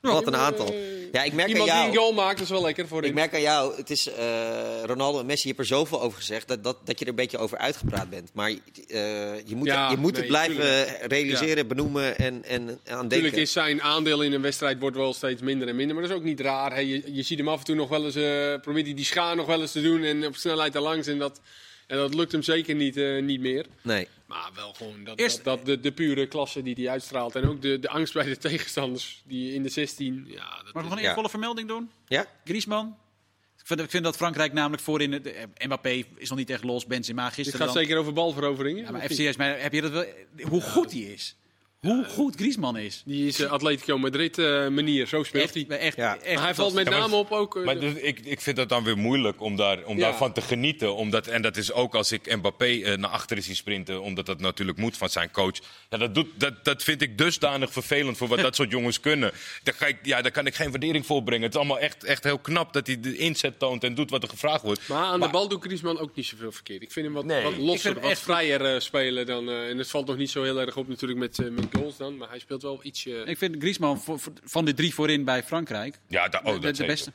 [SPEAKER 1] wat een aantal.
[SPEAKER 3] Eh,
[SPEAKER 1] Ja, ik merk aan
[SPEAKER 3] Iemand die
[SPEAKER 1] jou.
[SPEAKER 3] een goal maakt, dat is wel lekker voor
[SPEAKER 1] Ik
[SPEAKER 3] hem.
[SPEAKER 1] merk aan jou, het is, eh, Ronaldo en Messi, je hebt er zoveel over gezegd dat, dat, dat je er een beetje over uitgepraat bent. Maar eh, je moet,
[SPEAKER 3] Ja,
[SPEAKER 1] je moet
[SPEAKER 3] nee,
[SPEAKER 1] het blijven eh, realiseren, benoemen en, en aan denken.
[SPEAKER 3] Natuurlijk is zijn aandeel in een wedstrijd wordt wel steeds minder en minder. Maar dat is ook niet raar. Hey, je, je ziet hem af en toe nog wel eens. eh probeert hij die schaar nog wel eens te doen. En op snelheid erlangs. En dat, en dat lukt hem zeker niet, eh, niet meer.
[SPEAKER 1] Nee.
[SPEAKER 3] Maar wel gewoon dat,
[SPEAKER 2] Eerst-
[SPEAKER 3] dat, dat de, de pure klasse die hij uitstraalt. En ook de, de angst bij de tegenstanders die in de 16. Ja, dat
[SPEAKER 2] Maar nog een
[SPEAKER 1] Ja.
[SPEAKER 2] eervolle vermelding doen?
[SPEAKER 1] Ja?
[SPEAKER 2] Griezmann? Ik vind, ik vind dat Frankrijk namelijk voorin... het- eh, Mbappé is nog niet echt los, Benzema
[SPEAKER 3] dit
[SPEAKER 2] gisteren
[SPEAKER 3] gaat
[SPEAKER 2] dan.
[SPEAKER 3] zeker over balveroveringen.
[SPEAKER 2] Ja, maar FCS, maar heb je dat wel, hoe goed hij is. Hoe goed Griezmann is.
[SPEAKER 3] Die is eh, Atletico Madrid eh, manier. Zo speelt
[SPEAKER 2] Echt,
[SPEAKER 3] hij. Maar
[SPEAKER 2] echt,
[SPEAKER 1] Ja.
[SPEAKER 2] echt
[SPEAKER 3] hij valt met
[SPEAKER 4] Ja, maar-
[SPEAKER 3] name op ook. eh,
[SPEAKER 4] Maar
[SPEAKER 3] de-
[SPEAKER 4] dus ik, ik vind dat dan weer moeilijk om, daar, om
[SPEAKER 3] Ja.
[SPEAKER 4] daarvan te genieten. Omdat, en dat is ook als ik Mbappé eh, naar achteren zie sprinten, omdat dat natuurlijk moet van zijn coach. Ja, dat, doet, dat, dat vind ik dusdanig vervelend voor wat dat soort jongens kunnen. Daar, ga ik, ja, daar kan ik geen waardering voor brengen. Het is allemaal echt, echt heel knap dat hij de inzet toont en doet wat er gevraagd wordt.
[SPEAKER 3] Maar aan
[SPEAKER 4] Maar-
[SPEAKER 3] de bal doet Griezmann ook niet zoveel verkeerd. Ik vind hem wat,
[SPEAKER 4] Nee. Ik
[SPEAKER 3] wat
[SPEAKER 2] vind hem
[SPEAKER 3] losser, wat
[SPEAKER 2] echt-
[SPEAKER 3] vrijer eh, spelen dan. eh, en het valt nog niet zo heel erg op natuurlijk met, eh, met goals dan. Maar hij speelt wel ietsje.
[SPEAKER 2] Ik vind Griezmann voor- voor- van de drie voorin bij Frankrijk
[SPEAKER 4] Ja, da- oh,
[SPEAKER 2] de,
[SPEAKER 4] dat
[SPEAKER 2] de
[SPEAKER 4] zeker.
[SPEAKER 2] beste.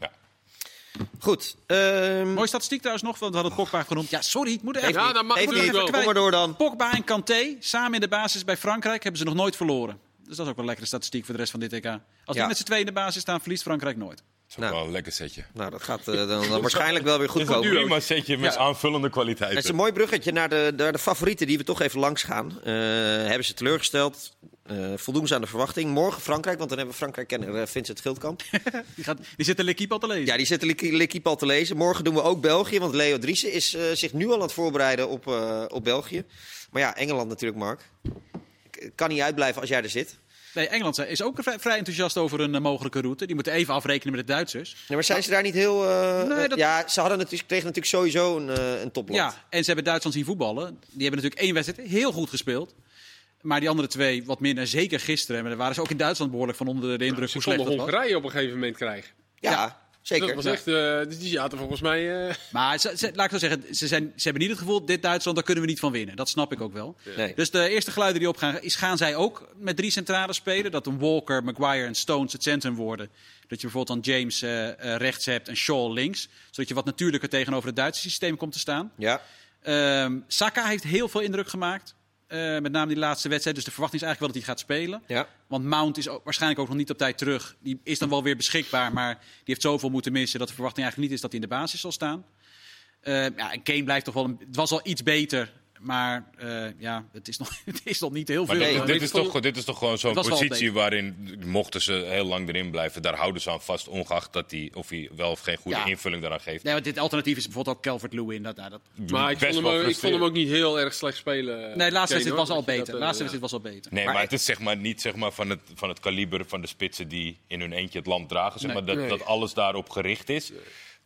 [SPEAKER 4] Ja.
[SPEAKER 1] Goed. ehm,
[SPEAKER 2] Mooie statistiek trouwens nog, want we hadden Pogba genoemd. Ja, sorry, ik moet er
[SPEAKER 1] heeft
[SPEAKER 2] even...
[SPEAKER 3] Ja,
[SPEAKER 1] niet.
[SPEAKER 3] dat mag-
[SPEAKER 1] Heeft
[SPEAKER 3] moet ik
[SPEAKER 1] niet.
[SPEAKER 3] wel.
[SPEAKER 1] Kom maar door dan.
[SPEAKER 2] Pogba en Kanté, samen in de basis bij Frankrijk, hebben ze nog nooit verloren. Dus dat is ook wel een lekkere statistiek voor de rest van dit EK. Als die
[SPEAKER 1] Ja.
[SPEAKER 2] met z'n tweeën in de basis staan, verliest Frankrijk nooit.
[SPEAKER 4] Dat is ook
[SPEAKER 1] Nou.
[SPEAKER 4] wel een lekker setje.
[SPEAKER 1] Nou, dat gaat eh, dan, dan waarschijnlijk wel weer goed
[SPEAKER 4] Het is een
[SPEAKER 1] komen.
[SPEAKER 4] prima setje met aanvullende kwaliteiten.
[SPEAKER 1] Het is een mooi bruggetje naar de, naar de favorieten die we toch even langs gaan. Eh, hebben ze teleurgesteld? Eh, voldoen ze aan de verwachting? Morgen Frankrijk, want dan hebben we Frankrijk-kenner eh, Vincent Schildkamp.
[SPEAKER 2] Die, gaat, die zit de L'Equipe al te lezen.
[SPEAKER 1] Ja, die zitten Likkiep al te lezen. Morgen doen we ook België, want Leo Driessen is eh, zich nu al aan het voorbereiden op, eh, op België. Maar ja, Engeland natuurlijk, Mark. K- Kan niet uitblijven als jij er zit.
[SPEAKER 2] Nee, Engeland is ook vrij, vrij enthousiast over een eh, mogelijke route. Die moeten even afrekenen met de Duitsers.
[SPEAKER 1] Nee, maar zijn ze daar niet heel... eh,
[SPEAKER 2] Nee, dat-
[SPEAKER 1] Ja, ze hadden natuurlijk, kregen natuurlijk sowieso een, eh, een topland.
[SPEAKER 2] Ja, en ze hebben Duitsland zien voetballen. Die hebben natuurlijk één wedstrijd heel goed gespeeld. Maar die andere twee wat minder. Zeker gisteren. Maar daar waren ze ook in Duitsland behoorlijk van onder de indruk
[SPEAKER 3] ze
[SPEAKER 2] hoe slecht
[SPEAKER 3] konden
[SPEAKER 2] dat was.
[SPEAKER 3] Hongarije op een gegeven moment krijgen.
[SPEAKER 1] Ja,
[SPEAKER 2] Ja.
[SPEAKER 1] zeker.
[SPEAKER 3] Dat was echt, eh, dus die zaten volgens mij. eh,
[SPEAKER 2] Maar ze, ze- laat ik zo zeggen, ze, zijn, ze hebben niet het gevoel... dit Duitsland, daar kunnen we niet van winnen. Dat snap ik ook wel.
[SPEAKER 1] Nee.
[SPEAKER 2] Dus de eerste geluiden die opgaan, is gaan zij ook met drie centrale spelen? Dat een Walker, Maguire en Stones het centrum worden. Dat je bijvoorbeeld dan James eh, eh, rechts hebt en Shaw links. Zodat je wat natuurlijker tegenover het Duitse systeem komt te staan.
[SPEAKER 1] Ja,
[SPEAKER 2] Ehm Saka heeft heel veel indruk gemaakt. Eh, met name die laatste wedstrijd. Dus de verwachting is eigenlijk wel dat hij gaat spelen.
[SPEAKER 1] ja.
[SPEAKER 2] Want Mount is ook, waarschijnlijk ook nog niet op tijd terug. Die is dan wel weer beschikbaar. Maar die heeft zoveel moeten missen dat de verwachting eigenlijk niet is dat hij in de basis zal staan. Eh, ja, en Kane blijft toch wel. Een, het was al iets beter. Maar eh, ja, het is, nog, het is nog niet heel
[SPEAKER 4] Maar
[SPEAKER 2] veel.
[SPEAKER 1] Nee,
[SPEAKER 4] dit,
[SPEAKER 1] maar
[SPEAKER 4] dit
[SPEAKER 3] dit
[SPEAKER 4] is
[SPEAKER 3] kon-
[SPEAKER 4] toch, dit is toch gewoon zo'n
[SPEAKER 2] Het was wel
[SPEAKER 4] positie waarin, mochten ze heel lang erin blijven, daar houden ze aan vast, ongeacht dat die, of hij wel of geen goede
[SPEAKER 2] Ja.
[SPEAKER 4] invulling daaraan geeft.
[SPEAKER 2] Nee, want dit alternatief is bijvoorbeeld ook Calvert Lewin. Dat, nou, dat,
[SPEAKER 3] maar ik
[SPEAKER 4] Best
[SPEAKER 3] vond, hem,
[SPEAKER 4] wel
[SPEAKER 3] ook- ik vond hem
[SPEAKER 4] frustrerend.
[SPEAKER 3] ook niet heel erg slecht spelen.
[SPEAKER 2] nee, de laatste
[SPEAKER 3] Kane,
[SPEAKER 2] wedstrijd
[SPEAKER 3] hoor.
[SPEAKER 2] was al
[SPEAKER 3] Dat je dat,
[SPEAKER 2] beter.
[SPEAKER 3] eh,
[SPEAKER 2] De laatste
[SPEAKER 3] ja.
[SPEAKER 2] wedstrijd was al beter.
[SPEAKER 4] Nee,
[SPEAKER 1] Maar
[SPEAKER 4] maar,
[SPEAKER 1] ik-
[SPEAKER 4] het is zeg maar niet zeg maar, van, het, van het kaliber van de spitsen die in hun eentje het land dragen. Zeg
[SPEAKER 2] Nee.
[SPEAKER 4] maar, dat,
[SPEAKER 3] Nee.
[SPEAKER 4] dat alles daarop gericht is.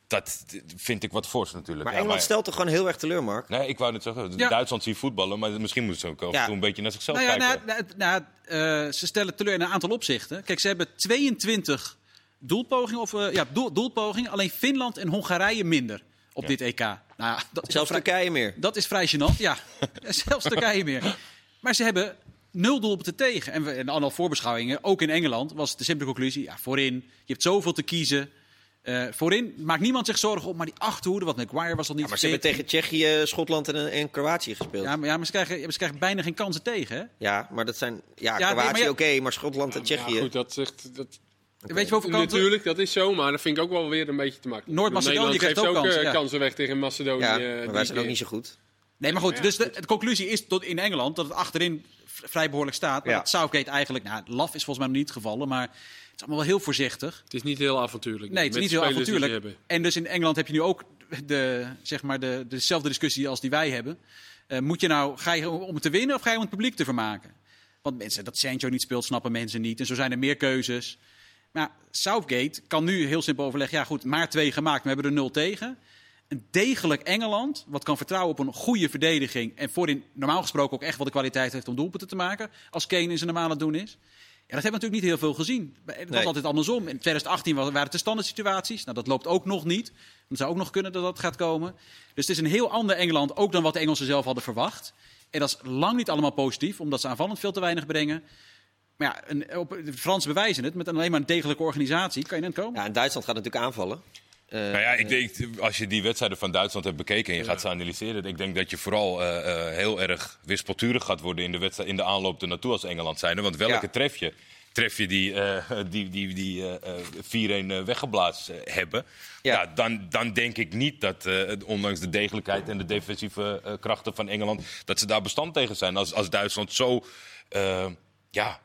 [SPEAKER 4] Dat vind ik wat fors natuurlijk.
[SPEAKER 1] Maar
[SPEAKER 4] Ja,
[SPEAKER 1] Engeland stelt toch gewoon heel erg teleur, Mark?
[SPEAKER 4] Nee, ik wou net zeggen,
[SPEAKER 2] Ja.
[SPEAKER 4] Duitsland zien voetballen, maar misschien moeten ze ook af en
[SPEAKER 1] Ja.
[SPEAKER 4] toe een beetje naar zichzelf
[SPEAKER 2] Nou ja,
[SPEAKER 4] kijken.
[SPEAKER 2] nou, nou, nou, eh, ze stellen teleur in een aantal opzichten. Kijk, ze hebben 22 doelpogingen, of, eh, ja, doel- doelpogingen, alleen Finland en Hongarije minder. Op op dit EK. Nou, ja, dat is
[SPEAKER 1] Zelfs
[SPEAKER 2] vrij-
[SPEAKER 1] Turkije meer.
[SPEAKER 2] dat is vrij gênant, ja. Zelfs Turkije meer. Maar ze hebben nul doelpunten tegen. En we, in alle voorbeschouwingen, ook in Engeland, was de simpele conclusie... Ja, voorin, je hebt zoveel te kiezen. Eh, voorin maakt niemand zich zorgen op, maar die achterhoede... want Maguire was al niet
[SPEAKER 1] Ja, maar ze hebben
[SPEAKER 2] fit.
[SPEAKER 1] tegen Tsjechië, eh, Schotland en, en Kroatië gespeeld.
[SPEAKER 2] Ja,
[SPEAKER 1] Ja,
[SPEAKER 2] maar, ja, maar ze, krijgen, ze krijgen bijna geen kansen tegen, hè?
[SPEAKER 1] maar dat zijn... Ja,
[SPEAKER 2] nee,
[SPEAKER 1] Kroatië
[SPEAKER 2] maar ja-
[SPEAKER 1] oké, maar Schotland en Tsjechië...
[SPEAKER 3] Ja, goed, dat zegt... Dat,
[SPEAKER 2] Weet je hoeveel kansen...
[SPEAKER 3] natuurlijk, dat is zo, maar dat vind ik ook wel weer een beetje te makkelijk.
[SPEAKER 2] Noord-Macedonië
[SPEAKER 3] Nederland
[SPEAKER 2] krijgt ook
[SPEAKER 3] geeft ook
[SPEAKER 2] kansen,
[SPEAKER 3] eh,
[SPEAKER 2] ja.
[SPEAKER 3] kansen weg tegen Macedonië.
[SPEAKER 1] ja,
[SPEAKER 3] eh,
[SPEAKER 1] maar
[SPEAKER 3] die
[SPEAKER 1] wij zijn ook
[SPEAKER 3] keer.
[SPEAKER 1] niet zo goed.
[SPEAKER 2] Nee, maar goed,
[SPEAKER 3] Ja,
[SPEAKER 2] dus de, de conclusie is tot in Engeland dat het achterin v- vrij behoorlijk staat. Maar
[SPEAKER 1] Ja.
[SPEAKER 2] dat Southgate eigenlijk... Nou, laf is volgens mij nog niet gevallen, maar het is allemaal wel heel voorzichtig.
[SPEAKER 3] Het is niet heel avontuurlijk.
[SPEAKER 2] Nee, het
[SPEAKER 3] met
[SPEAKER 2] is niet
[SPEAKER 3] de
[SPEAKER 2] heel
[SPEAKER 3] spelers die ze
[SPEAKER 2] avontuurlijk.
[SPEAKER 3] hebben.
[SPEAKER 2] En dus in Engeland heb je nu ook de, zeg maar de, dezelfde discussie als die wij hebben. Eh, moet je nou, ga je om het te winnen of ga je om het publiek te vermaken? Want mensen, dat Sancho niet speelt, snappen mensen niet. En zo zijn er meer keuzes. Maar Southgate kan nu heel simpel overleggen. Ja goed, maar twee gemaakt, we hebben er nul tegen. Een degelijk Engeland, wat kan vertrouwen op een goede verdediging... en voorin normaal gesproken ook echt wel de kwaliteit heeft om doelpunten te maken... als Kane in zijn normale doen is. Ja, dat hebben we natuurlijk niet heel veel gezien. Het was
[SPEAKER 1] Nee.
[SPEAKER 2] altijd andersom. In 2018 wa- waren het de standaard situaties. Nou, dat loopt ook nog niet. Het zou ook nog kunnen dat dat gaat komen. Dus het is een heel ander Engeland, ook dan wat de Engelsen zelf hadden verwacht. En dat is lang niet allemaal positief, omdat ze aanvallend veel te weinig brengen. Maar ja, een, op, de Fransen bewijzen het. Met alleen maar een degelijke organisatie kan je net komen.
[SPEAKER 1] Ja, Nou, en Duitsland gaat natuurlijk aanvallen. Eh,
[SPEAKER 4] Nou ja, ik denk, als je die wedstrijden van Duitsland hebt bekeken en je gaat ze analyseren, ik denk dat je vooral eh, eh, heel erg wispelturig gaat worden in de, wedstrijd, in de aanloop ernaartoe als Engeland zijn. Want welke
[SPEAKER 1] Ja.
[SPEAKER 4] tref je? Tref je die, eh, die, die, die eh, eh, 4-1 eh, weggeblazen eh, hebben, ja.
[SPEAKER 1] Ja.
[SPEAKER 4] dan, dan denk ik niet dat, eh, het- ondanks de degelijkheid en de defensieve eh, krachten van Engeland, dat ze daar bestand tegen zijn. Als, als Duitsland zo eh, ja,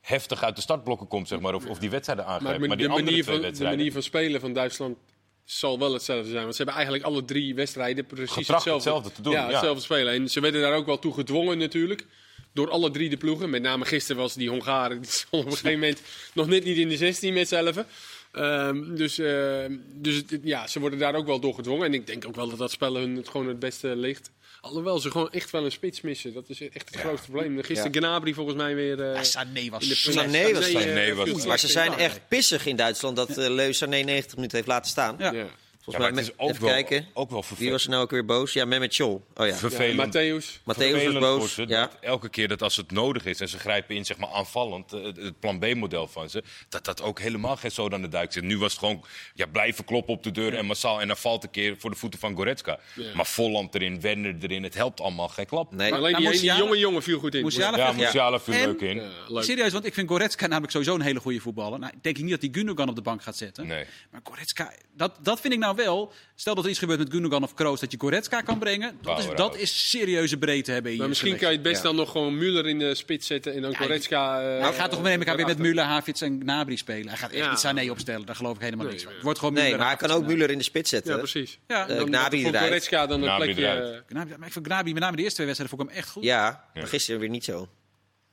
[SPEAKER 4] heftig uit de startblokken komt, zeg maar, of, of die wedstrijden aangrijpt.
[SPEAKER 3] Maar,
[SPEAKER 4] Maar,
[SPEAKER 3] de,
[SPEAKER 4] die andere
[SPEAKER 3] manier
[SPEAKER 4] twee
[SPEAKER 3] van, de
[SPEAKER 4] wedstrijden...
[SPEAKER 3] manier van spelen van Duitsland zal wel hetzelfde zijn. Want ze hebben eigenlijk alle drie wedstrijden precies
[SPEAKER 4] Getracht
[SPEAKER 3] hetzelfde.
[SPEAKER 4] hetzelfde te doen, ja.
[SPEAKER 3] hetzelfde spelen. En ze werden daar ook wel toe gedwongen natuurlijk. Door alle drie de ploegen. Met name gisteren was die Hongaren. Die stonden op een gegeven moment nog net niet in de 16 met z'n elfen. Ehm, dus ehm, dus het- ja, ze worden daar ook wel door gedwongen. En ik denk ook wel dat dat spel hun het gewoon het beste ligt. Alhoewel ze gewoon echt wel een spits missen. Dat is echt het grootste probleem. Gisteren Gnabry volgens mij weer... eh,
[SPEAKER 2] Ja, Sané was
[SPEAKER 3] in de
[SPEAKER 2] zo-
[SPEAKER 1] Sané
[SPEAKER 3] penalty-
[SPEAKER 1] was-
[SPEAKER 3] eh,
[SPEAKER 4] Sané was-
[SPEAKER 3] viel
[SPEAKER 1] maar ze
[SPEAKER 3] in.
[SPEAKER 1] zijn echt pissig in Duitsland dat eh Leu Sané 90 minuten heeft laten staan.
[SPEAKER 2] Ja.
[SPEAKER 3] Ja.
[SPEAKER 4] Ja,
[SPEAKER 1] Volgens
[SPEAKER 4] maar
[SPEAKER 1] mij,
[SPEAKER 4] het
[SPEAKER 1] met-
[SPEAKER 4] is ook
[SPEAKER 1] even
[SPEAKER 4] wel,
[SPEAKER 1] kijken.
[SPEAKER 4] ook wel
[SPEAKER 1] Wie
[SPEAKER 4] vervelend.
[SPEAKER 1] was er nou ook weer boos? Ja, Mehmet Scholl. Oh ja.
[SPEAKER 4] vervelend.
[SPEAKER 3] Matthäus.
[SPEAKER 1] Matthäus was
[SPEAKER 4] vervelend voor
[SPEAKER 1] boos.
[SPEAKER 4] ze,
[SPEAKER 1] Ja.
[SPEAKER 4] dat elke keer dat als het nodig is en ze grijpen in zeg maar aanvallend, eh, het- het plan B-model van ze, dat dat ook helemaal geen zoden aan de dijk zit. Nu was het gewoon ja, blijven kloppen op de deur en massaal en dan valt een keer voor de voeten van Goretzka.
[SPEAKER 3] Ja.
[SPEAKER 4] Maar Volland erin, Werner erin, het helpt allemaal geen klap.
[SPEAKER 1] Nee.
[SPEAKER 3] Alleen
[SPEAKER 2] Maar
[SPEAKER 3] die, die
[SPEAKER 2] Musiala-
[SPEAKER 3] jonge jongen viel goed in.
[SPEAKER 2] Musiala
[SPEAKER 4] Ja,
[SPEAKER 2] viel goed.
[SPEAKER 4] Musiala viel
[SPEAKER 2] En-
[SPEAKER 4] leuk in.
[SPEAKER 3] Ja, leuk.
[SPEAKER 2] Serieus, want ik vind Goretzka namelijk sowieso een hele goede voetballer. Nou, ik denk niet dat hij Gundogan op de bank gaat zetten.
[SPEAKER 4] Nee.
[SPEAKER 2] Maar Goretzka, dat, dat vind ik nou wel. Stel dat er iets gebeurt met Gundogan of Kroos, dat je Goretzka kan brengen. Dat is,
[SPEAKER 4] Power
[SPEAKER 2] dat
[SPEAKER 4] out.
[SPEAKER 2] is serieuze breedte hebben hier.
[SPEAKER 3] Maar misschien kan je het best dan nog gewoon Müller in de spits zetten en dan Goretzka... eh,
[SPEAKER 2] Nou, hij gaat toch met elkaar weer met
[SPEAKER 3] erachter.
[SPEAKER 2] Müller, Havits en Gnabry spelen. Hij gaat echt
[SPEAKER 3] Ja.
[SPEAKER 2] niet Sané opstellen, daar geloof ik helemaal
[SPEAKER 3] Nee,
[SPEAKER 2] niks van.
[SPEAKER 3] nee.
[SPEAKER 2] Het wordt gewoon
[SPEAKER 1] Nee,
[SPEAKER 2] Müller.
[SPEAKER 1] maar hij kan ook Müller in de spits zetten.
[SPEAKER 3] Ja,
[SPEAKER 1] hè?
[SPEAKER 3] precies.
[SPEAKER 2] Ja,
[SPEAKER 1] Eh,
[SPEAKER 2] dan-
[SPEAKER 3] Dan
[SPEAKER 1] Gnabry
[SPEAKER 3] voor
[SPEAKER 1] eruit.
[SPEAKER 3] Goretzka dan een
[SPEAKER 4] Gnabry
[SPEAKER 3] plekje...
[SPEAKER 4] eruit.
[SPEAKER 3] eh,
[SPEAKER 2] Gnabry- maar ik vind Gnabry met name de eerste twee wedstrijden vond ik hem echt goed.
[SPEAKER 1] Ja, maar gisteren weer niet zo.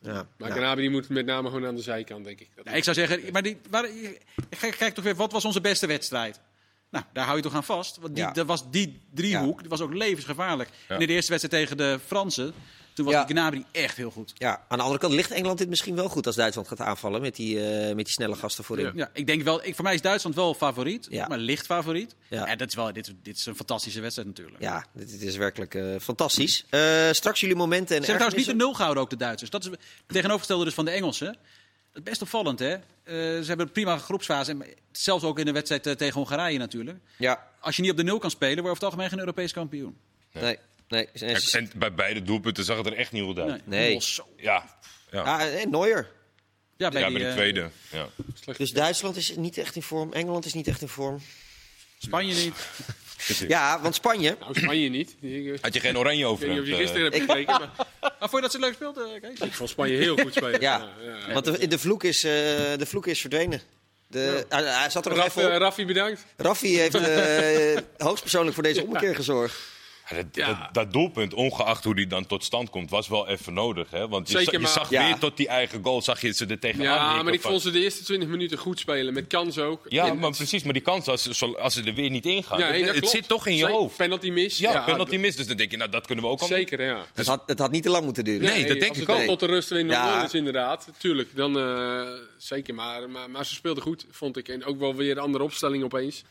[SPEAKER 1] Ja.
[SPEAKER 3] Maar
[SPEAKER 1] Ja.
[SPEAKER 3] Gnabry moet met name gewoon aan de zijkant, denk ik. Dat-
[SPEAKER 2] Nou, ik zou zeggen, maar die, waar, je- kijk, kijk toch weer, wat was onze beste wedstrijd? Nou, daar hou je toch aan vast. Want die,
[SPEAKER 1] Ja.
[SPEAKER 2] dat was die driehoek, die was ook levensgevaarlijk. En in de eerste wedstrijd tegen de Fransen, toen was
[SPEAKER 1] Ja.
[SPEAKER 2] die Gnabry echt heel goed.
[SPEAKER 1] Ja, aan de andere kant ligt Engeland dit misschien wel goed als Duitsland gaat aanvallen met die, eh, met die snelle gasten voorin.
[SPEAKER 2] Ja, ik denk wel, ik, voor mij is Duitsland wel favoriet,
[SPEAKER 1] Ja.
[SPEAKER 2] maar licht favoriet. Ja.
[SPEAKER 1] Ja.
[SPEAKER 2] dat is wel, dit, dit is een fantastische wedstrijd natuurlijk.
[SPEAKER 1] Ja, dit, dit is werkelijk eh, fantastisch. Eh, straks jullie momenten en
[SPEAKER 2] Ze hebben trouwens
[SPEAKER 1] ergernissen.
[SPEAKER 2] niet de nul gehouden, ook de Duitsers. Dat is het tegenovergestelde dus van de Engelsen. Dat is Best opvallend, hè? Eh, ze hebben een prima groepsfase. En zelfs ook in de wedstrijd eh, tegen Hongarije natuurlijk.
[SPEAKER 1] Ja,
[SPEAKER 2] Als je niet op de nul kan spelen, word je over het algemeen geen Europees kampioen.
[SPEAKER 1] nee. Nee, nee,
[SPEAKER 4] En, en bij beide doelpunten zag het er echt niet goed uit.
[SPEAKER 1] Nee.
[SPEAKER 2] Mos, zo.
[SPEAKER 4] Ja. Ja.
[SPEAKER 1] ah, en Neuer.
[SPEAKER 2] Ja,
[SPEAKER 4] Ja,
[SPEAKER 2] bij
[SPEAKER 4] bij
[SPEAKER 2] die,
[SPEAKER 4] de
[SPEAKER 2] eh,
[SPEAKER 4] tweede. Ja.
[SPEAKER 1] Dus Duitsland is niet echt in vorm, Engeland is niet echt in vorm.
[SPEAKER 2] Spanje niet.
[SPEAKER 1] Ja, want Spanje,
[SPEAKER 3] Nou, Spanje niet. Die- Ik
[SPEAKER 4] Had je geen oranje over?
[SPEAKER 3] weet niet of je
[SPEAKER 4] eh,
[SPEAKER 3] gisteren hebt gekeken, maar
[SPEAKER 2] Maar vond je dat ze leuk speelden, Kees?
[SPEAKER 3] ik vond Spanje heel goed spelen.
[SPEAKER 1] ja. Want de, de, vloek is, eh, de vloek is verdwenen. De, hij, hij zat er nog
[SPEAKER 3] Raf,
[SPEAKER 1] even
[SPEAKER 3] eh,
[SPEAKER 1] op.
[SPEAKER 3] Raffi, bedankt.
[SPEAKER 1] Raffi heeft eh, hoogstpersoonlijk voor deze ommekeer gezorgd.
[SPEAKER 4] Ja, Dat,
[SPEAKER 3] Ja.
[SPEAKER 4] dat, dat doelpunt, ongeacht hoe die dan tot stand komt, was wel even nodig. Hè? Want je,
[SPEAKER 3] Zeker,
[SPEAKER 4] za- je
[SPEAKER 3] maar-
[SPEAKER 4] zag
[SPEAKER 1] Ja.
[SPEAKER 4] weer tot die eigen goal, zag je ze er tegenaan
[SPEAKER 3] Ja,
[SPEAKER 4] hikken
[SPEAKER 3] maar ik
[SPEAKER 4] van-
[SPEAKER 3] vond ze de eerste 20 minuten goed spelen. Met kans ook.
[SPEAKER 4] Ja,
[SPEAKER 3] En-
[SPEAKER 4] maar precies, maar die kans als, ze- zo- als ze er weer niet ingaan,
[SPEAKER 3] Ja, nee,
[SPEAKER 4] het,
[SPEAKER 3] dat
[SPEAKER 4] het
[SPEAKER 3] klopt.
[SPEAKER 4] zit toch in je
[SPEAKER 3] Zeker.
[SPEAKER 4] hoofd.
[SPEAKER 3] Penalty mis.
[SPEAKER 4] Ja,
[SPEAKER 3] Ja,
[SPEAKER 4] penalty mis, dus dan denk je, nou dat kunnen we ook al
[SPEAKER 3] Zeker, ja.
[SPEAKER 1] Het had, het had niet te lang moeten duren.
[SPEAKER 4] Nee, dat denk
[SPEAKER 3] als
[SPEAKER 4] ik
[SPEAKER 3] het
[SPEAKER 4] ook.
[SPEAKER 3] tot de rust weer 0-0
[SPEAKER 1] Ja.
[SPEAKER 3] is, inderdaad. Tuurlijk, dan eh, zeker. Maar, maar, maar ze speelden goed, vond ik. En ook wel weer andere opstelling opeens.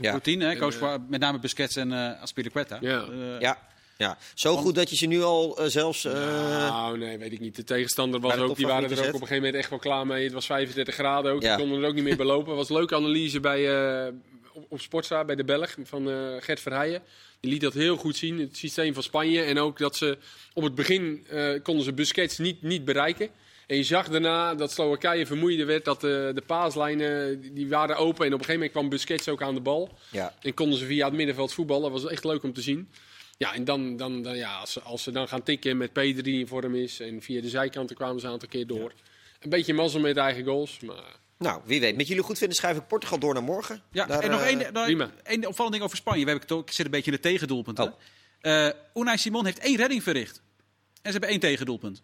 [SPEAKER 1] Ja.
[SPEAKER 2] routine. Hè? Coach voor- met name Busquets en eh Aspilicueta.
[SPEAKER 3] Ja.
[SPEAKER 2] Eh,
[SPEAKER 1] Ja. ja. Zo goed dat je ze nu al eh, zelfs... eh,
[SPEAKER 3] Nou, nee, weet ik niet. De tegenstander was
[SPEAKER 1] Bij de
[SPEAKER 3] ook, die waren er ook op
[SPEAKER 1] topfavorieten
[SPEAKER 3] een gegeven moment echt wel klaar mee. Het was 35 graden ook,
[SPEAKER 1] Ja.
[SPEAKER 3] die konden er ook niet meer belopen. was een leuke analyse bij, eh, op, op Sportza bij de Belg van eh, Gert Verheijen. Die liet dat heel goed zien, het systeem van Spanje. En ook dat ze op het begin eh, konden ze Busquets niet, niet bereiken. En je zag daarna dat Slowakije vermoeider werd, dat eh, de paaslijnen die- die waren open. En op een gegeven moment kwam Busquets ook aan de bal.
[SPEAKER 1] ja.
[SPEAKER 3] En konden ze via het middenveld voetballen. Dat was echt leuk om te zien. Ja, en dan, dan, dan ja, als, ze- als ze dan gaan tikken met P3 in vorm is. En via de zijkanten kwamen ze een aantal keer door. Een beetje mazzel met eigen goals. Maar
[SPEAKER 1] Nou, wie weet. Met jullie goed vinden schrijf ik Portugal door naar morgen.
[SPEAKER 2] Ja,
[SPEAKER 1] Daar,
[SPEAKER 2] en nog
[SPEAKER 1] eh,
[SPEAKER 2] één, dan-
[SPEAKER 3] prima.
[SPEAKER 2] één opvallend ding over Spanje. We hebben het ook- ik zit een beetje in de tegendoelpunten.
[SPEAKER 1] Oh.
[SPEAKER 2] Eh, Unai Simon heeft één redding verricht. En ze hebben één tegendoelpunt.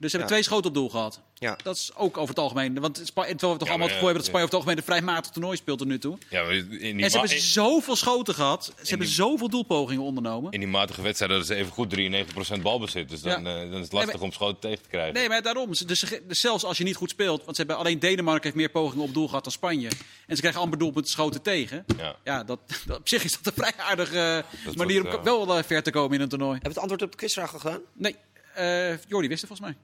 [SPEAKER 2] Dus ze hebben
[SPEAKER 1] Ja.
[SPEAKER 2] twee schoten op doel gehad.
[SPEAKER 1] Ja.
[SPEAKER 2] Dat is ook over het algemeen. Want Spa- terwijl we toch allemaal
[SPEAKER 4] maar
[SPEAKER 2] het
[SPEAKER 4] ja,
[SPEAKER 2] gevoel hebben dat
[SPEAKER 4] ja.
[SPEAKER 2] Spanje over het algemeen een vrij matig toernooi speelt tot nu toe.
[SPEAKER 4] Ja, maar in die,
[SPEAKER 2] en ze
[SPEAKER 4] ma-
[SPEAKER 2] hebben
[SPEAKER 4] in-
[SPEAKER 2] zoveel schoten gehad. Ze hebben
[SPEAKER 4] die-
[SPEAKER 2] zoveel doelpogingen ondernomen.
[SPEAKER 4] in die matige wedstrijden hadden ze even goed 93% balbezit. Dus dan,
[SPEAKER 2] Ja.
[SPEAKER 4] eh, dan is het
[SPEAKER 2] Nee,
[SPEAKER 4] lastig
[SPEAKER 2] maar-
[SPEAKER 4] om schoten tegen te krijgen.
[SPEAKER 2] Nee, maar daarom. Ze- Dus, ze- dus zelfs als je niet goed speelt. Want ze hebben alleen Denemarken heeft meer pogingen op doel gehad dan Spanje. En ze krijgen amper doelpunten schoten tegen.
[SPEAKER 4] Ja.
[SPEAKER 2] Ja, dat, dat, op zich is dat een vrij aardige eh,
[SPEAKER 4] Dat
[SPEAKER 2] manier om
[SPEAKER 4] wordt,
[SPEAKER 2] ko-
[SPEAKER 4] eh,
[SPEAKER 2] wel eh, ver te komen in een toernooi.
[SPEAKER 1] Hebben we het antwoord op de quizvraag al gedaan?
[SPEAKER 2] Nee, eh Jordi wist het volgens mij.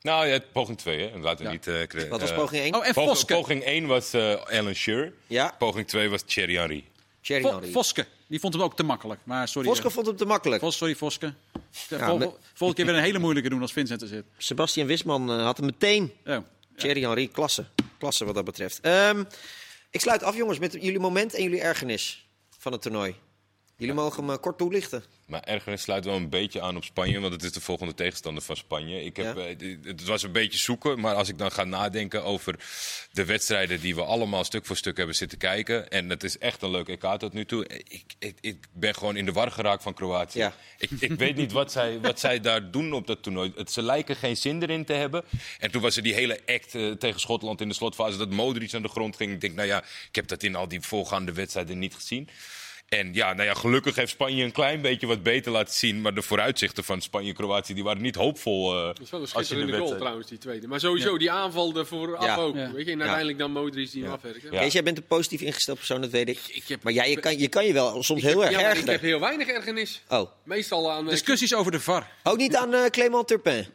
[SPEAKER 4] Nou ja, poging 2, hè. Laten we
[SPEAKER 2] Ja.
[SPEAKER 4] niet... eh cre-
[SPEAKER 1] Wat was
[SPEAKER 4] eh,
[SPEAKER 1] poging 1?
[SPEAKER 2] Oh, en
[SPEAKER 4] poging-
[SPEAKER 2] Voske.
[SPEAKER 4] Poging 1 was eh Alan Shearer.
[SPEAKER 1] Ja,
[SPEAKER 4] Poging 2 was Thierry Henry.
[SPEAKER 1] Thierry
[SPEAKER 2] Vo-
[SPEAKER 1] Henry.
[SPEAKER 2] Voske. Die vond hem ook te makkelijk. Maar sorry.
[SPEAKER 1] Voske
[SPEAKER 2] eh,
[SPEAKER 1] vond het te makkelijk.
[SPEAKER 2] Vos, sorry, Voske. De
[SPEAKER 1] Ja,
[SPEAKER 2] vol-
[SPEAKER 1] met-
[SPEAKER 2] Volgende keer weer een hele moeilijke doen als Vincent er zit.
[SPEAKER 1] Sebastian Wisman eh, had hem meteen.
[SPEAKER 2] Oh.
[SPEAKER 1] Thierry Henry, klasse. Klasse wat dat betreft. Ehm, ik sluit af, jongens, met jullie moment en jullie ergernis van het toernooi. Jullie mogen me kort toelichten.
[SPEAKER 4] Maar ergens sluit wel een beetje aan op Spanje, want het is de volgende tegenstander van Spanje. Ik heb,
[SPEAKER 1] Ja.
[SPEAKER 4] eh, d- het was een beetje zoeken, maar als ik dan ga nadenken over de wedstrijden die we allemaal stuk voor stuk hebben zitten kijken. En het is echt een leuk EK tot nu toe. Ik, ik, ik ben gewoon in de war geraakt van Kroatië.
[SPEAKER 1] Ja.
[SPEAKER 4] Ik, ik weet niet wat zij, wat zij daar doen op dat toernooi. Het, ze lijken geen zin erin te hebben. En toen was er die hele act eh, tegen Schotland in de slotfase dat Modric aan de grond ging. Ik denk, nou ja, ik heb dat in al die voorgaande wedstrijden niet gezien. En ja, nou ja, gelukkig heeft Spanje een klein beetje wat beter laten zien. Maar de vooruitzichten van Spanje en Kroatië die waren niet hoopvol. eh,
[SPEAKER 3] dat is wel een
[SPEAKER 4] als je de
[SPEAKER 3] schitterende goal
[SPEAKER 4] wedstrijd-
[SPEAKER 3] trouwens, die tweede. Maar sowieso, die aanval ervoor af
[SPEAKER 1] Ja.
[SPEAKER 3] ook.
[SPEAKER 2] Ja.
[SPEAKER 3] Weet je? En uiteindelijk dan Modric die hem afwerkt. hè?
[SPEAKER 4] Ja.
[SPEAKER 1] Kees, jij bent een positief ingesteld persoon, dat weet ik.
[SPEAKER 3] Ik heb,
[SPEAKER 1] Maar jij, je, kan, je kan je wel soms heel
[SPEAKER 3] ja,
[SPEAKER 1] erg
[SPEAKER 3] maar ik
[SPEAKER 1] ergeren.
[SPEAKER 3] heb heel weinig ergernis.
[SPEAKER 1] Oh,
[SPEAKER 3] Meestal aan... eh,
[SPEAKER 2] Discussies over de VAR.
[SPEAKER 1] ook niet aan eh Clément Turpin.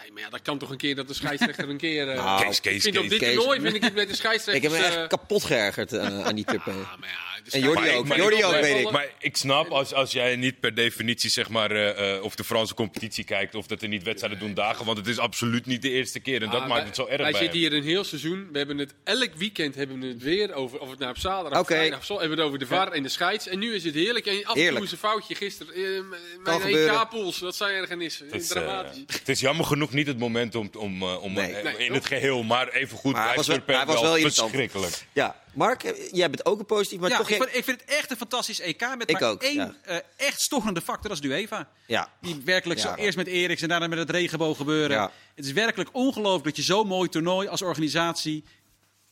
[SPEAKER 3] nee, maar ja, dat kan toch een keer dat de scheidsrechter een keer... eh,
[SPEAKER 1] Nou,
[SPEAKER 4] Kees,
[SPEAKER 3] ik
[SPEAKER 4] Kees,
[SPEAKER 3] vind op dit
[SPEAKER 4] Kees.
[SPEAKER 1] Kees.
[SPEAKER 3] toernooi vind ik het met de scheidsrechter...
[SPEAKER 1] Ik heb me echt kapot geërgerd eh, aan die Turpin.
[SPEAKER 3] maar dus, ja,
[SPEAKER 1] En
[SPEAKER 3] de
[SPEAKER 1] Jordi
[SPEAKER 3] scheidsrechter-
[SPEAKER 1] ook,
[SPEAKER 4] maar
[SPEAKER 1] Jordi
[SPEAKER 3] ik-
[SPEAKER 1] ook, weet ik.
[SPEAKER 4] Maar ik snap, als, als jij niet per definitie zeg maar, eh, eh, of de Franse competitie kijkt... of dat er niet wedstrijden doen dagen, want het is absoluut niet de eerste keer. En dat
[SPEAKER 3] Ah,
[SPEAKER 4] maakt
[SPEAKER 3] wij-
[SPEAKER 4] het zo erg
[SPEAKER 3] Wij
[SPEAKER 4] bij
[SPEAKER 3] zitten
[SPEAKER 4] hem.
[SPEAKER 3] hier een heel seizoen. We hebben het elk weekend hebben we het weer over of het nou op zaterdag of
[SPEAKER 1] Oké.
[SPEAKER 3] vrijdag of zo, hebben we het over de VAR en de scheids. En nu is het heerlijk. En af en
[SPEAKER 1] Heerlijk.
[SPEAKER 3] toe is een foutje gisteren. eh, m- mijn
[SPEAKER 1] gebeuren.
[SPEAKER 3] EK-pools, dat zijn ergernissen.
[SPEAKER 4] Het is, eh,
[SPEAKER 3] Dramatisch.
[SPEAKER 4] het is jammer genoeg niet het moment om, om, eh, om
[SPEAKER 1] Nee.
[SPEAKER 4] eh,
[SPEAKER 3] Nee,
[SPEAKER 4] in
[SPEAKER 3] toch?
[SPEAKER 4] het geheel, maar even goed.
[SPEAKER 1] Maar hij was wel-
[SPEAKER 4] Turpin
[SPEAKER 1] hij was wel irritant.
[SPEAKER 4] verschrikkelijk.
[SPEAKER 1] Ja, Mark, eh, jij bent ook een positief, maar
[SPEAKER 2] ja,
[SPEAKER 1] toch...
[SPEAKER 2] ik,
[SPEAKER 1] jij-
[SPEAKER 2] vind, ik vind het echt een fantastisch EK. Met
[SPEAKER 1] Ik
[SPEAKER 2] maar
[SPEAKER 1] ook,
[SPEAKER 2] één
[SPEAKER 1] ja.
[SPEAKER 2] eh, echt storende factor, dat is de UEFA.
[SPEAKER 1] Ja,
[SPEAKER 2] Die werkelijk
[SPEAKER 1] Ja.
[SPEAKER 2] zo eerst met Eriks en daarna met het regenboog gebeuren.
[SPEAKER 1] Ja.
[SPEAKER 2] Het is werkelijk ongelooflijk dat je zo'n mooi toernooi als organisatie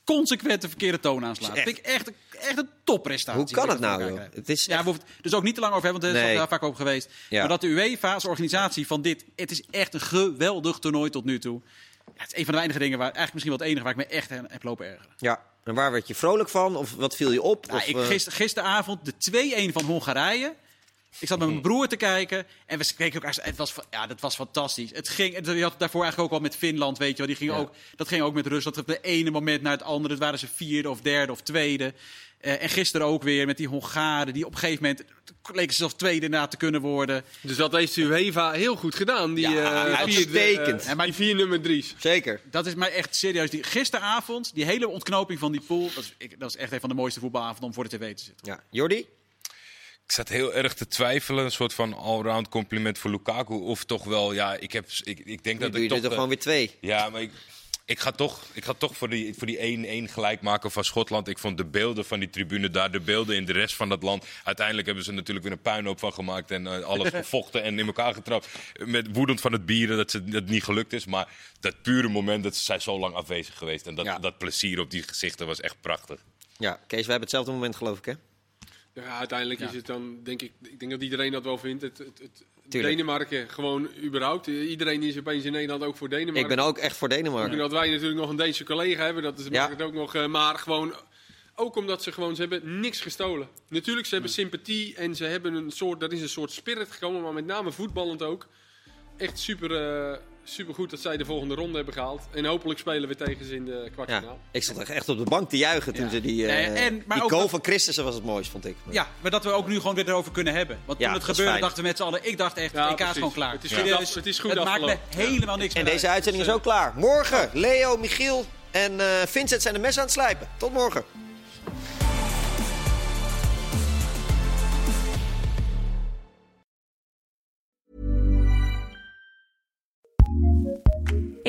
[SPEAKER 2] consequent de verkeerde toon aanslaat.
[SPEAKER 1] Dat is
[SPEAKER 2] Dat vind ik echt, echt een topprestatie.
[SPEAKER 1] hoe kan
[SPEAKER 2] Dat
[SPEAKER 1] het
[SPEAKER 2] ik dat
[SPEAKER 1] nou,
[SPEAKER 2] voor
[SPEAKER 1] joh?
[SPEAKER 2] elkaar krijg.
[SPEAKER 1] Het is
[SPEAKER 2] Ja, we hoeven het dus ook niet te lang over hebben, want daar
[SPEAKER 1] Nee.
[SPEAKER 2] is al vaak over geweest.
[SPEAKER 1] Ja.
[SPEAKER 2] Maar dat de UEFA als organisatie van dit... Het is echt een geweldig toernooi tot nu toe. Ja, het is een van de weinige dingen, waar, eigenlijk misschien wel het enige... waar ik me echt aan heb lopen ergeren.
[SPEAKER 1] Ja, en waar werd je vrolijk van? Of wat viel je op?
[SPEAKER 2] Nou,
[SPEAKER 1] Of,
[SPEAKER 2] ik,
[SPEAKER 1] eh,
[SPEAKER 2] gister, gisteravond de 2-1 van Hongarije. Ik zat met
[SPEAKER 1] Hm.
[SPEAKER 2] mijn broer te kijken en we keken elkaar. Het was, fa- ja, dat was fantastisch. Het ging, het- je had het daarvoor eigenlijk ook al met Finland, weet je wel. Die gingen ook, dat ging ook met Rusland. Op de ene moment naar het andere. Het waren ze vierde of derde of tweede. Eh, en gisteren ook weer met die Hongaren. Die op een gegeven moment leken ze zelfs tweede na te kunnen worden.
[SPEAKER 3] Dus dat heeft de UEFA heel goed gedaan. Die,
[SPEAKER 2] Ja,
[SPEAKER 3] eh, vierde, eh,
[SPEAKER 1] uitstekend.
[SPEAKER 3] en maar die vier nummer drie's.
[SPEAKER 1] Zeker.
[SPEAKER 2] Dat is mij echt serieus. Die, gisteravond, die hele ontknoping van die pool. Dat is, ik, dat is echt een van de mooiste voetbalavonden om voor de tv te zitten.
[SPEAKER 1] Ja. Jordi?
[SPEAKER 4] Ik zat heel erg te twijfelen, een soort van allround compliment voor Lukaku. Of toch wel, ja, ik, heb, ik, ik denk
[SPEAKER 1] Dan
[SPEAKER 4] dat
[SPEAKER 1] doe je
[SPEAKER 4] ik toch...
[SPEAKER 1] er toch
[SPEAKER 4] eh,
[SPEAKER 1] gewoon weer twee.
[SPEAKER 4] Ja, maar ik, ik ga toch, ik ga toch voor die, voor die 1-1 gelijk maken van Schotland. Ik vond de beelden van die tribune daar, de beelden in de rest van dat land. Uiteindelijk hebben ze natuurlijk weer een puinhoop van gemaakt en eh, alles gevochten en in elkaar getrapt. Met woedend van het bieren dat ze, dat het niet gelukt is. Maar dat pure moment dat ze zijn zo lang afwezig geweest. En dat,
[SPEAKER 1] Ja.
[SPEAKER 4] dat plezier op die gezichten was echt prachtig.
[SPEAKER 1] Ja, Kees, wij hebben hetzelfde moment, geloof ik, hè?
[SPEAKER 3] Ja, uiteindelijk is het dan, denk ik, ik denk dat iedereen dat wel vindt. Het, het, het-
[SPEAKER 1] Tuurlijk.
[SPEAKER 3] Denemarken gewoon überhaupt. Iedereen is opeens in Nederland ook voor Denemarken.
[SPEAKER 1] Ik ben ook echt voor
[SPEAKER 3] En
[SPEAKER 1] Denemarken.
[SPEAKER 3] dat wij natuurlijk nog een Deense collega hebben, dat is,
[SPEAKER 1] Ja.
[SPEAKER 3] maakt het ook nog. eh, maar gewoon Ook omdat ze gewoon, ze hebben niks gestolen. Natuurlijk, ze hebben sympathie en ze hebben een soort, dat is een soort spirit gekomen, maar met name voetballend ook. Echt super, eh, super goed dat zij de volgende ronde hebben gehaald. En hopelijk spelen we tegen ze in de
[SPEAKER 1] Ja,
[SPEAKER 3] kwartfinale.
[SPEAKER 1] ik zat echt op de bank te juichen toen
[SPEAKER 2] Ja.
[SPEAKER 1] ze die...
[SPEAKER 2] Nee,
[SPEAKER 1] eh
[SPEAKER 2] en- maar
[SPEAKER 1] die
[SPEAKER 2] ook
[SPEAKER 1] goal
[SPEAKER 2] dat-
[SPEAKER 1] van Christensen was het mooiste, vond ik.
[SPEAKER 2] Ja, maar dat we ook nu gewoon weer erover kunnen hebben. Want toen
[SPEAKER 1] Ja,
[SPEAKER 2] het
[SPEAKER 1] dat is
[SPEAKER 2] gebeurde
[SPEAKER 1] fijn.
[SPEAKER 2] dachten we met z'n allen, ik dacht echt,
[SPEAKER 3] Ja,
[SPEAKER 2] EK is
[SPEAKER 3] precies.
[SPEAKER 2] gewoon klaar.
[SPEAKER 3] Het is
[SPEAKER 2] Ja.
[SPEAKER 3] goed af- het is goed
[SPEAKER 2] het maakt me
[SPEAKER 3] afgelopen.
[SPEAKER 2] helemaal niks
[SPEAKER 1] En
[SPEAKER 2] meer
[SPEAKER 1] deze
[SPEAKER 2] uit. Dus,
[SPEAKER 1] uitzending is ook klaar. Morgen Leo, Michiel en eh, Vincent zijn de mes aan het slijpen. Tot morgen.